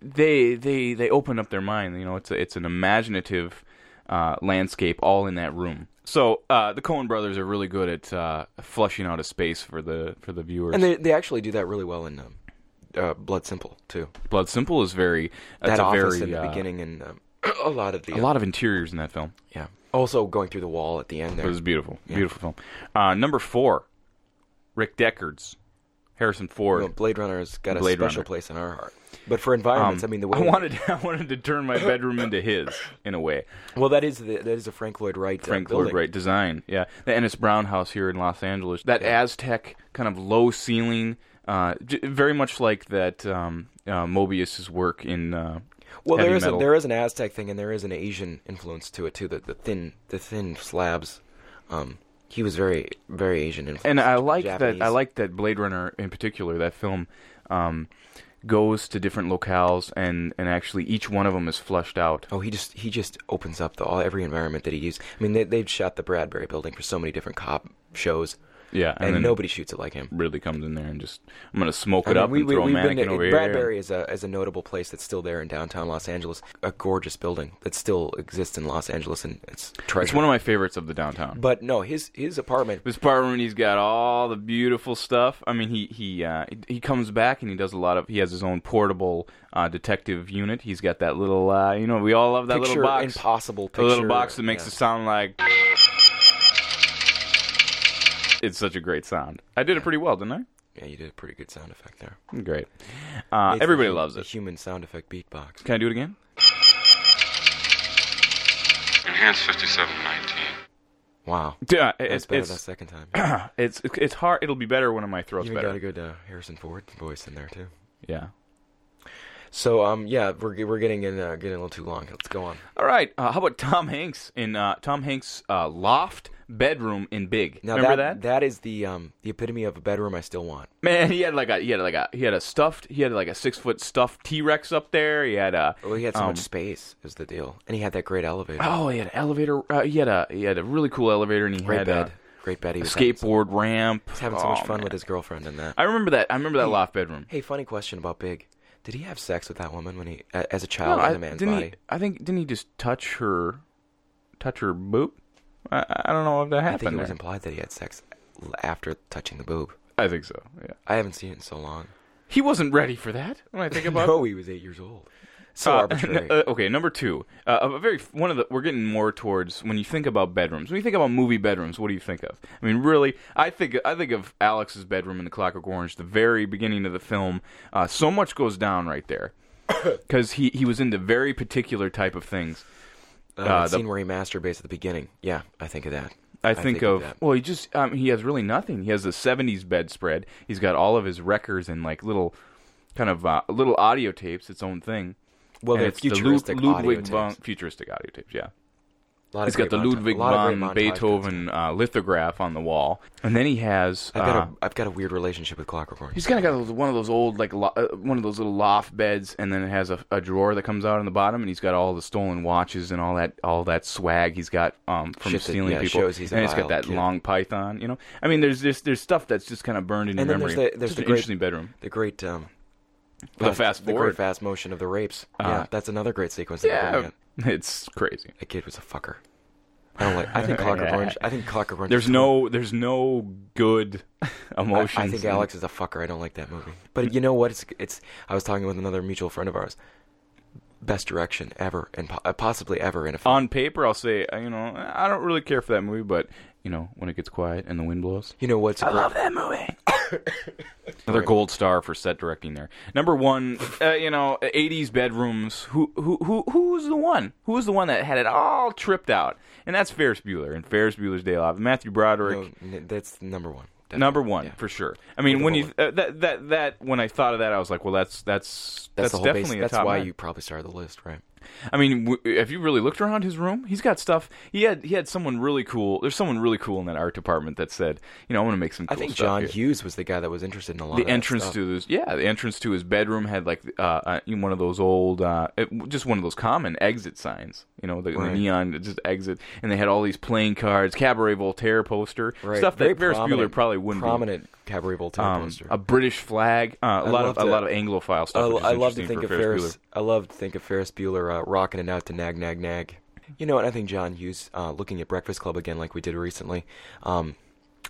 [SPEAKER 2] they they they open up their mind. You know, it's a, it's an imaginative uh, landscape all in that room. So uh, the Coen Brothers are really good at uh, flushing out a space for the for the viewers.
[SPEAKER 3] and they they actually do that really well in um, uh, Blood Simple too.
[SPEAKER 2] Blood Simple is very that's
[SPEAKER 3] that
[SPEAKER 2] a
[SPEAKER 3] office
[SPEAKER 2] very
[SPEAKER 3] in the
[SPEAKER 2] uh,
[SPEAKER 3] beginning and um, a lot of the
[SPEAKER 2] a lot of interiors in that film.
[SPEAKER 3] yeah. Also going through the wall at the end
[SPEAKER 2] It
[SPEAKER 3] there.
[SPEAKER 2] was beautiful, beautiful film. Uh, number four, Rick Deckard's, Harrison Ford.
[SPEAKER 3] You know, Blade Runner has got a
[SPEAKER 2] Blade
[SPEAKER 3] special
[SPEAKER 2] Runner. Um,
[SPEAKER 3] place in our heart. But for environments, I mean, the way
[SPEAKER 2] I wanted, I wanted to turn my bedroom into his in a way.
[SPEAKER 3] well, that is the, that is a Frank Lloyd Wright. uh,
[SPEAKER 2] Frank
[SPEAKER 3] building.
[SPEAKER 2] Lloyd Wright design. Yeah, the Ennis Brown House here in Los Angeles. That Aztec kind of low ceiling, uh, j- very much like that um, uh, Mobius's work in. Uh,
[SPEAKER 3] Well,
[SPEAKER 2] heavy
[SPEAKER 3] there is a,
[SPEAKER 2] metal.
[SPEAKER 3] there is an Aztec thing, and there is an Asian influence to it too. The, the thin the thin slabs. Um, he was very very Asian influenced.
[SPEAKER 2] and I like
[SPEAKER 3] Japanese.
[SPEAKER 2] that. I like that Blade Runner in particular. That film um, goes to different locales, and and actually each one of them is flushed out.
[SPEAKER 3] Oh, he just he just opens up the all every environment that he used. I mean, they they've shot the Bradbury Building for so many different cop shows,
[SPEAKER 2] Yeah,
[SPEAKER 3] and,
[SPEAKER 2] then-
[SPEAKER 3] nobody shoots it like him.
[SPEAKER 2] really comes in there and just I'm gonna smoke
[SPEAKER 3] I
[SPEAKER 2] it
[SPEAKER 3] mean,
[SPEAKER 2] up and throw a
[SPEAKER 3] we've been
[SPEAKER 2] mannequin
[SPEAKER 3] to-
[SPEAKER 2] over
[SPEAKER 3] Bradbury is a is a notable place that's still there in downtown Los Angeles. A gorgeous building that still exists in Los Angeles, and it's
[SPEAKER 2] here.
[SPEAKER 3] treasure.
[SPEAKER 2] It's one of my favorites of the downtown.
[SPEAKER 3] but no, his his apartment.
[SPEAKER 2] This part when he's got all the beautiful stuff. I mean, he he uh, he comes back and he does a lot of. He has his own portable uh, detective unit. He's got that little, uh, you know, we all love that
[SPEAKER 3] Picture
[SPEAKER 2] little box,
[SPEAKER 3] impossible
[SPEAKER 2] the
[SPEAKER 3] picture.
[SPEAKER 2] little box that makes
[SPEAKER 3] yeah.
[SPEAKER 2] it sound like. It's such a great sound. I did it pretty well, didn't
[SPEAKER 3] Yeah, you did a pretty good sound effect there.
[SPEAKER 2] I? Great. Uh,
[SPEAKER 3] It's
[SPEAKER 2] everybody
[SPEAKER 3] a, hu-
[SPEAKER 2] loves
[SPEAKER 3] a
[SPEAKER 2] it.
[SPEAKER 3] human sound effect beatbox.
[SPEAKER 2] Can I do it again?
[SPEAKER 4] Enhance 5719.
[SPEAKER 3] Wow,
[SPEAKER 2] Yeah, it-
[SPEAKER 3] that's
[SPEAKER 2] it's
[SPEAKER 3] better
[SPEAKER 2] it's,
[SPEAKER 3] that
[SPEAKER 2] it's
[SPEAKER 3] second time. you
[SPEAKER 2] it's it's hard. It'll be better when my throat's
[SPEAKER 3] even
[SPEAKER 2] better.
[SPEAKER 3] got a good uh, Harrison Ford voice in there too.
[SPEAKER 2] Yeah.
[SPEAKER 3] So um, yeah, we're ge- we're getting in uh, getting a little too long. Let's go on.
[SPEAKER 2] All right. Uh, how about Tom Hanks in uh, Tom Hanks' uh, loft bedroom in Big?
[SPEAKER 3] Now
[SPEAKER 2] Remember
[SPEAKER 3] that
[SPEAKER 2] that?
[SPEAKER 3] that is the um the epitome of a bedroom I still want.
[SPEAKER 2] Man, he had like a he had like a he had a stuffed he had like a six foot stuffed T Rex up there. He had a
[SPEAKER 3] Well, he had so
[SPEAKER 2] um,
[SPEAKER 3] much space is the deal, and he had that great elevator,
[SPEAKER 2] oh he had an elevator. Uh, he had a he had a really cool elevator and he
[SPEAKER 3] great
[SPEAKER 2] had
[SPEAKER 3] bed,
[SPEAKER 2] a
[SPEAKER 3] great bed. He was having so-
[SPEAKER 2] skateboard ramp.
[SPEAKER 3] he's having so much
[SPEAKER 2] Oh,
[SPEAKER 3] fun
[SPEAKER 2] man.
[SPEAKER 3] with his girlfriend in that.
[SPEAKER 2] I remember that. I remember that loft bedroom.
[SPEAKER 3] Hey, funny question about Big. Did he have sex with that woman when he a- as a
[SPEAKER 2] No,
[SPEAKER 3] child
[SPEAKER 2] I,
[SPEAKER 3] in a man's
[SPEAKER 2] didn't
[SPEAKER 3] body?
[SPEAKER 2] He, I think didn't he just touch her, touch her boob? I, I don't know if that
[SPEAKER 3] I think
[SPEAKER 2] happened.
[SPEAKER 3] it was
[SPEAKER 2] there.
[SPEAKER 3] implied that he had sex l- after touching the boob.
[SPEAKER 2] I think so. Yeah,
[SPEAKER 3] I haven't seen it in so long.
[SPEAKER 2] he wasn't ready for that. When I think about it.
[SPEAKER 3] no, he was eight years old. So
[SPEAKER 2] Uh,
[SPEAKER 3] arbitrary.
[SPEAKER 2] uh, okay, number two. Uh, a very one of the we're getting more towards when you think about bedrooms. When you think about movie bedrooms, what do you think of? I mean, really, I think I think of Alex's bedroom in The Clockwork Orange, the very beginning of the film. Uh, so much goes down right there because he he was into very particular type of things.
[SPEAKER 3] Uh,
[SPEAKER 2] uh,
[SPEAKER 3] the
[SPEAKER 2] the-
[SPEAKER 3] scene where he masturbates at the beginning. Yeah, I think of that.
[SPEAKER 2] I think, of
[SPEAKER 3] that.
[SPEAKER 2] well, he just um, he has really nothing. He has a '70s bedspread. He's got all of his records and like little kind of uh, little audio tapes, its own thing.
[SPEAKER 3] well,
[SPEAKER 2] And
[SPEAKER 3] they're
[SPEAKER 2] it's the Lud-
[SPEAKER 3] futuristic audio
[SPEAKER 2] Ludwig
[SPEAKER 3] tapes.
[SPEAKER 2] von futuristic audio tapes. Yeah,
[SPEAKER 3] A lot of
[SPEAKER 2] He's got
[SPEAKER 3] great
[SPEAKER 2] the
[SPEAKER 3] monta-
[SPEAKER 2] Ludwig
[SPEAKER 3] a lot of great
[SPEAKER 2] von
[SPEAKER 3] montage content.
[SPEAKER 2] Beethoven uh, lithograph on the wall, and then he has.
[SPEAKER 3] I've got,
[SPEAKER 2] uh,
[SPEAKER 3] a, I've got a weird relationship with Clockwork Orange.
[SPEAKER 2] He's kind of got those- one of those old, like lo- uh, one of those little loft beds, and then it has a, a drawer that comes out on the bottom, and he's got all the stolen watches and all that, all that swag he's got um, from
[SPEAKER 3] Shit that,
[SPEAKER 2] stealing
[SPEAKER 3] yeah,
[SPEAKER 2] people.
[SPEAKER 3] shows he's a
[SPEAKER 2] and he's got
[SPEAKER 3] vile
[SPEAKER 2] that
[SPEAKER 3] kid.
[SPEAKER 2] long python, you know. I mean, there's there's there's stuff that's just kind of burned in
[SPEAKER 3] And
[SPEAKER 2] your
[SPEAKER 3] then
[SPEAKER 2] memory.
[SPEAKER 3] there's the- there's
[SPEAKER 2] just
[SPEAKER 3] the
[SPEAKER 2] an
[SPEAKER 3] great-
[SPEAKER 2] interesting bedroom.
[SPEAKER 3] the great um,
[SPEAKER 2] The fast
[SPEAKER 3] the
[SPEAKER 2] forward.
[SPEAKER 3] great fast Uh, motion of the rapes. yeah, that's another great sequence. in the
[SPEAKER 2] yeah,
[SPEAKER 3] Brilliant.
[SPEAKER 2] it's crazy.
[SPEAKER 3] that kid was a fucker. I don't like. I think Clockwork Orange. I think Clockwork Orange.
[SPEAKER 2] There's
[SPEAKER 3] is-
[SPEAKER 2] no there's no good
[SPEAKER 3] I-
[SPEAKER 2] emotions.
[SPEAKER 3] I think
[SPEAKER 2] in-
[SPEAKER 3] Alex is a fucker. I don't like that movie. But you know what? It's it's. I was talking with another mutual friend of ours. Best direction ever, and po- uh, possibly ever in a film.
[SPEAKER 2] on paper I'll say uh, you know I don't really care for that movie, but you know when it gets quiet and the wind blows.
[SPEAKER 3] you know what's? I love
[SPEAKER 2] that movie. Another gold star for set directing there. Number one, uh, you know, '80s bedrooms. Who who who who was the one? Who was the one that had it all tripped out? And that's Ferris Bueller and Ferris Bueller's Day Off. Matthew Broderick.
[SPEAKER 3] that's number one. Definitely.
[SPEAKER 2] Number one
[SPEAKER 3] Yeah.
[SPEAKER 2] for sure. I mean, when you uh, that that that when I thought of that, I was like, well, that's that's
[SPEAKER 3] That's,
[SPEAKER 2] that's,
[SPEAKER 3] the whole base.
[SPEAKER 2] definitely a
[SPEAKER 3] That's
[SPEAKER 2] top
[SPEAKER 3] why
[SPEAKER 2] nine.
[SPEAKER 3] you probably started the list, right?
[SPEAKER 2] I mean, w- have you really looked around his room? He's got stuff. He had he had someone really cool. There's someone really cool in that art department that said, you know, I want to make some.
[SPEAKER 3] I
[SPEAKER 2] Cool
[SPEAKER 3] think
[SPEAKER 2] stuff
[SPEAKER 3] John
[SPEAKER 2] here.
[SPEAKER 3] Hughes was the guy that was interested in a lot. of
[SPEAKER 2] the
[SPEAKER 3] that
[SPEAKER 2] entrance
[SPEAKER 3] stuff.
[SPEAKER 2] to this yeah the entrance to his bedroom had like uh, uh one of those old uh it- just one of those common exit signs you know the, the
[SPEAKER 3] Right.
[SPEAKER 2] neon just exit and they had all these playing cards cabaret voltaire poster
[SPEAKER 3] Right.
[SPEAKER 2] stuff
[SPEAKER 3] Very
[SPEAKER 2] that Ferris Bueller
[SPEAKER 3] prominent-
[SPEAKER 2] probably wouldn't be.
[SPEAKER 3] prominent cabaret Voltaire
[SPEAKER 2] Um,
[SPEAKER 3] poster.
[SPEAKER 2] a British flag, uh, a lot of
[SPEAKER 3] love
[SPEAKER 2] a
[SPEAKER 3] to-
[SPEAKER 2] lot of Anglophile
[SPEAKER 3] I,
[SPEAKER 2] stuff. which is
[SPEAKER 3] I love to
[SPEAKER 2] interesting
[SPEAKER 3] think
[SPEAKER 2] for
[SPEAKER 3] of Ferris.
[SPEAKER 2] Bueller.
[SPEAKER 3] I love to think of Ferris Bueller uh, rocking it out to nag nag nag. You know, and I think John Hughes, uh, looking at Breakfast Club again, like we did recently, um,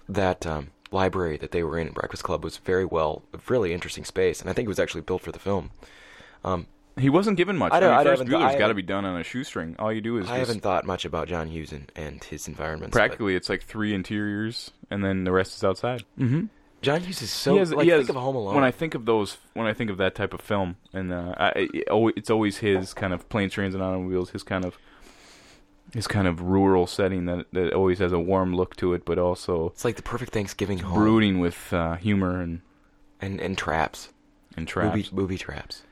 [SPEAKER 3] that um, library that they were in at Breakfast Club was very well, a really interesting space, and I think it was actually built for the film.
[SPEAKER 2] He wasn't given much.
[SPEAKER 3] I
[SPEAKER 2] I,
[SPEAKER 3] don't-
[SPEAKER 2] mean,
[SPEAKER 3] I
[SPEAKER 2] Ferris
[SPEAKER 3] haven't- I
[SPEAKER 2] Bueller's got to
[SPEAKER 3] haven't-
[SPEAKER 2] be done on a shoestring. All you do is
[SPEAKER 3] I
[SPEAKER 2] just-
[SPEAKER 3] haven't thought much about John Hughes and, and his environments. but
[SPEAKER 2] practically it's like three interiors, and then the rest is outside.
[SPEAKER 3] John Hughes is so
[SPEAKER 2] He has-
[SPEAKER 3] like
[SPEAKER 2] he has-
[SPEAKER 3] think of Home Alone.
[SPEAKER 2] When I think of those, when I think of that type of film, and uh, I, it always, it's always his kind of planes, trains, and automobiles. His kind of his kind of rural setting that that always has a warm look to it, but also
[SPEAKER 3] it's like the perfect Thanksgiving home
[SPEAKER 2] brooding with uh, humor and
[SPEAKER 3] and and traps,
[SPEAKER 2] and traps.
[SPEAKER 3] Booby, booby traps.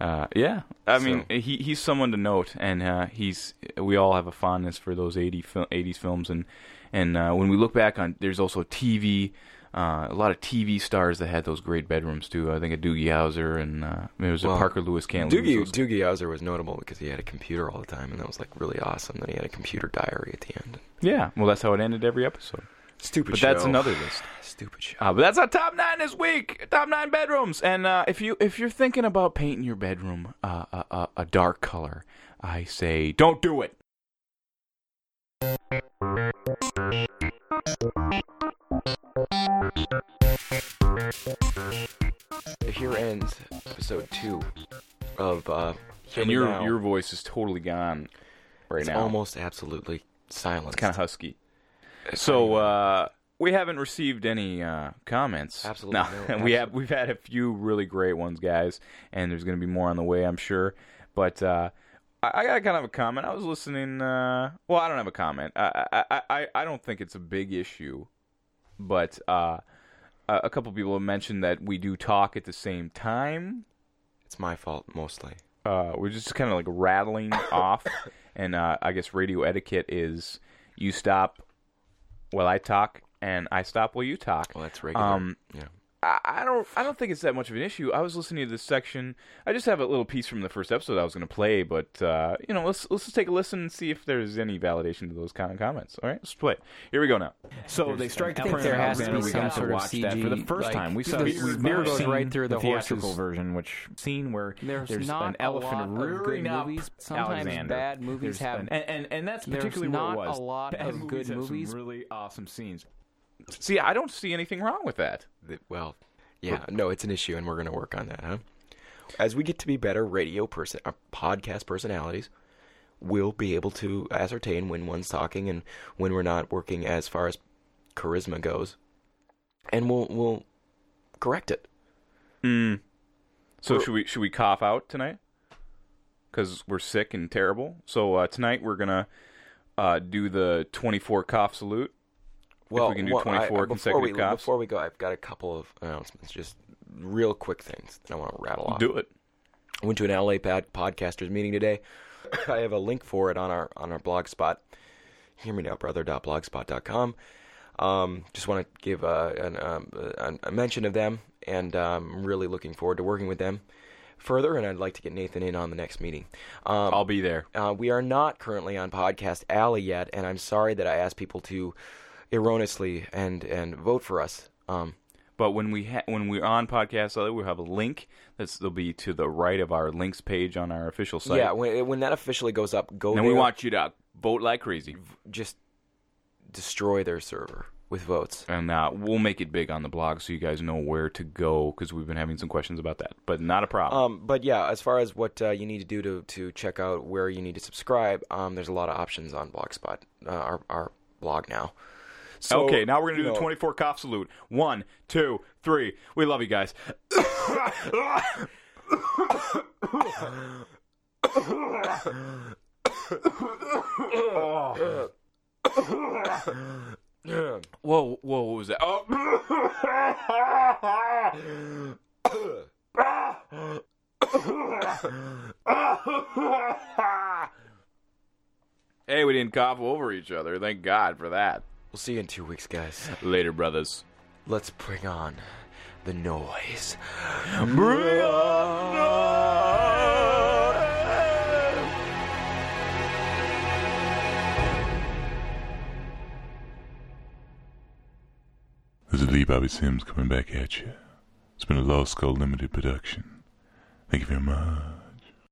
[SPEAKER 2] Uh, yeah, I mean
[SPEAKER 3] So-
[SPEAKER 2] he he's someone to note, and uh, he's we all have a fondness for those 80 fil- 80s films, and and uh, when we look back on, there's also TV, uh, a lot of TV stars that had those great bedrooms too. I think of Doogie Howser, and uh, there was
[SPEAKER 3] Well,
[SPEAKER 2] a Parker Lewis Can't Lose
[SPEAKER 3] Doogie
[SPEAKER 2] Those-
[SPEAKER 3] Doogie Howser was notable because he had a computer all the time, and that was like really awesome. That he had a computer diary at the end.
[SPEAKER 2] Yeah, well that's how it ended every episode.
[SPEAKER 3] Stupid.
[SPEAKER 2] But that's another list.
[SPEAKER 3] stupid show.
[SPEAKER 2] Uh, but that's our top nine this week. Top nine bedrooms. And uh, if you if you're thinking about painting your bedroom uh, a, a, a dark color, I say don't do it.
[SPEAKER 3] Here ends episode two of. uh Hear
[SPEAKER 2] And
[SPEAKER 3] Me
[SPEAKER 2] your
[SPEAKER 3] Now.
[SPEAKER 2] your voice is totally gone right
[SPEAKER 3] it's
[SPEAKER 2] now.
[SPEAKER 3] almost absolutely silent.
[SPEAKER 2] it's kind of husky. So uh, we haven't received any uh, comments.
[SPEAKER 3] Absolutely
[SPEAKER 2] No,
[SPEAKER 3] no,
[SPEAKER 2] we
[SPEAKER 3] absolutely.
[SPEAKER 2] have we've had a few really great ones, guys, and there's going to be more on the way, I'm sure. But uh, I, I got kind of a comment. I was listening. Uh, well, I don't have a comment. I, I- I I I don't think it's a big issue, but uh, a a couple people have mentioned that we do talk at the same time.
[SPEAKER 3] it's my fault mostly.
[SPEAKER 2] uh, we're just kind of like rattling off, and uh, I guess radio etiquette is you stop while I talk, and I stop while you talk.
[SPEAKER 3] Well, that's regular.
[SPEAKER 2] Um,
[SPEAKER 3] yeah.
[SPEAKER 2] I, I don't, I don't think it's that much of an issue. I was listening to this section. I just have a little piece from the first episode I was going to play, but uh, you know, let's let's just take a listen and see if there's any validation to those kind of comments. All right, let's play. it. Here we go now.
[SPEAKER 5] So they strike the
[SPEAKER 6] I think
[SPEAKER 5] print
[SPEAKER 6] there
[SPEAKER 5] out,
[SPEAKER 6] has to
[SPEAKER 5] and
[SPEAKER 6] be
[SPEAKER 5] we
[SPEAKER 6] some
[SPEAKER 5] got to
[SPEAKER 6] sort of
[SPEAKER 5] watch that
[SPEAKER 6] CG,
[SPEAKER 5] for the first
[SPEAKER 6] like,
[SPEAKER 5] time. We've,
[SPEAKER 6] the-
[SPEAKER 5] we,
[SPEAKER 6] the
[SPEAKER 5] we've
[SPEAKER 6] sperm
[SPEAKER 5] never
[SPEAKER 6] goes
[SPEAKER 5] seen
[SPEAKER 6] right through the
[SPEAKER 5] theatrical
[SPEAKER 6] horse's-
[SPEAKER 5] version, which scene where
[SPEAKER 6] There's
[SPEAKER 5] there's,
[SPEAKER 6] not
[SPEAKER 5] an
[SPEAKER 6] a lot
[SPEAKER 5] elephant
[SPEAKER 6] of
[SPEAKER 5] rearing
[SPEAKER 6] good
[SPEAKER 5] up
[SPEAKER 6] movies. Sometimes
[SPEAKER 5] Alexander.
[SPEAKER 6] bad
[SPEAKER 5] There's
[SPEAKER 6] movies have-
[SPEAKER 5] an- and, and and that's
[SPEAKER 6] There's
[SPEAKER 5] particularly
[SPEAKER 6] not
[SPEAKER 5] what it was.
[SPEAKER 6] a lot
[SPEAKER 5] Bad
[SPEAKER 6] of
[SPEAKER 5] movies
[SPEAKER 6] good
[SPEAKER 5] have some
[SPEAKER 6] movies.
[SPEAKER 5] really awesome scenes.
[SPEAKER 2] See, I don't see anything wrong with that.
[SPEAKER 3] Th- Well, yeah. No, it's an issue, and we're gonna work on that, huh? As we get to be better radio person, uh, podcast personalities, we'll be able to ascertain when one's talking and when we're not working as far as charisma goes, and we'll we'll correct it.
[SPEAKER 2] So should we should we cough out tonight? Because we're sick and terrible. So uh, tonight we're gonna uh, do the twenty four cough salute. we can do
[SPEAKER 3] well, I-
[SPEAKER 2] 24
[SPEAKER 3] before we,
[SPEAKER 2] consecutive coughs.
[SPEAKER 3] Before we go, I've got a couple of announcements, just real quick things that I want to rattle off.
[SPEAKER 2] Do it.
[SPEAKER 3] I went to an LA pod- podcasters meeting today. I have a link for it on our on our blog spot. Hear me now, brother.blogspot.com. Um, just want to give uh, an, um, a, a mention of them, and um, I'm really looking forward to working with them further. And I'd like to get Nathan in on the next meeting. Um,
[SPEAKER 2] I'll be there.
[SPEAKER 3] uh, we are not currently on Podcast Alley yet, and I'm sorry that I asked people to erroneously and and vote for us. Um,
[SPEAKER 2] But when we ha- when we're on podcast, LA, we'll have a link that's they'll be to the right of our links page on our official site.
[SPEAKER 3] yeah, when, when that officially goes up, go
[SPEAKER 2] and we
[SPEAKER 3] there,
[SPEAKER 2] want you to vote like crazy,
[SPEAKER 3] just destroy their server with votes.
[SPEAKER 2] and uh, we'll make it big on the blog so you guys know where to go because we've been having some questions about that. But not a problem.
[SPEAKER 3] Um, but yeah, as far as what uh, you need to do to, to check out where you need to subscribe, um, there's a lot of options on Blogspot, uh, our, our blog now. So,
[SPEAKER 2] okay, now we're gonna do
[SPEAKER 3] you
[SPEAKER 2] the
[SPEAKER 3] know,
[SPEAKER 2] twenty four cough salute. One, two, three. We love you guys. Whoa, whoa, what was that? Oh. Oh. hey, we didn't cough over each other. Thank God for that.
[SPEAKER 3] We'll see you in two weeks, guys.
[SPEAKER 2] Later, brothers.
[SPEAKER 3] Let's bring on the noise.
[SPEAKER 1] This is Lee Bobby Sims coming back at you. It's been a Lost Skull Limited production. Thank you very much.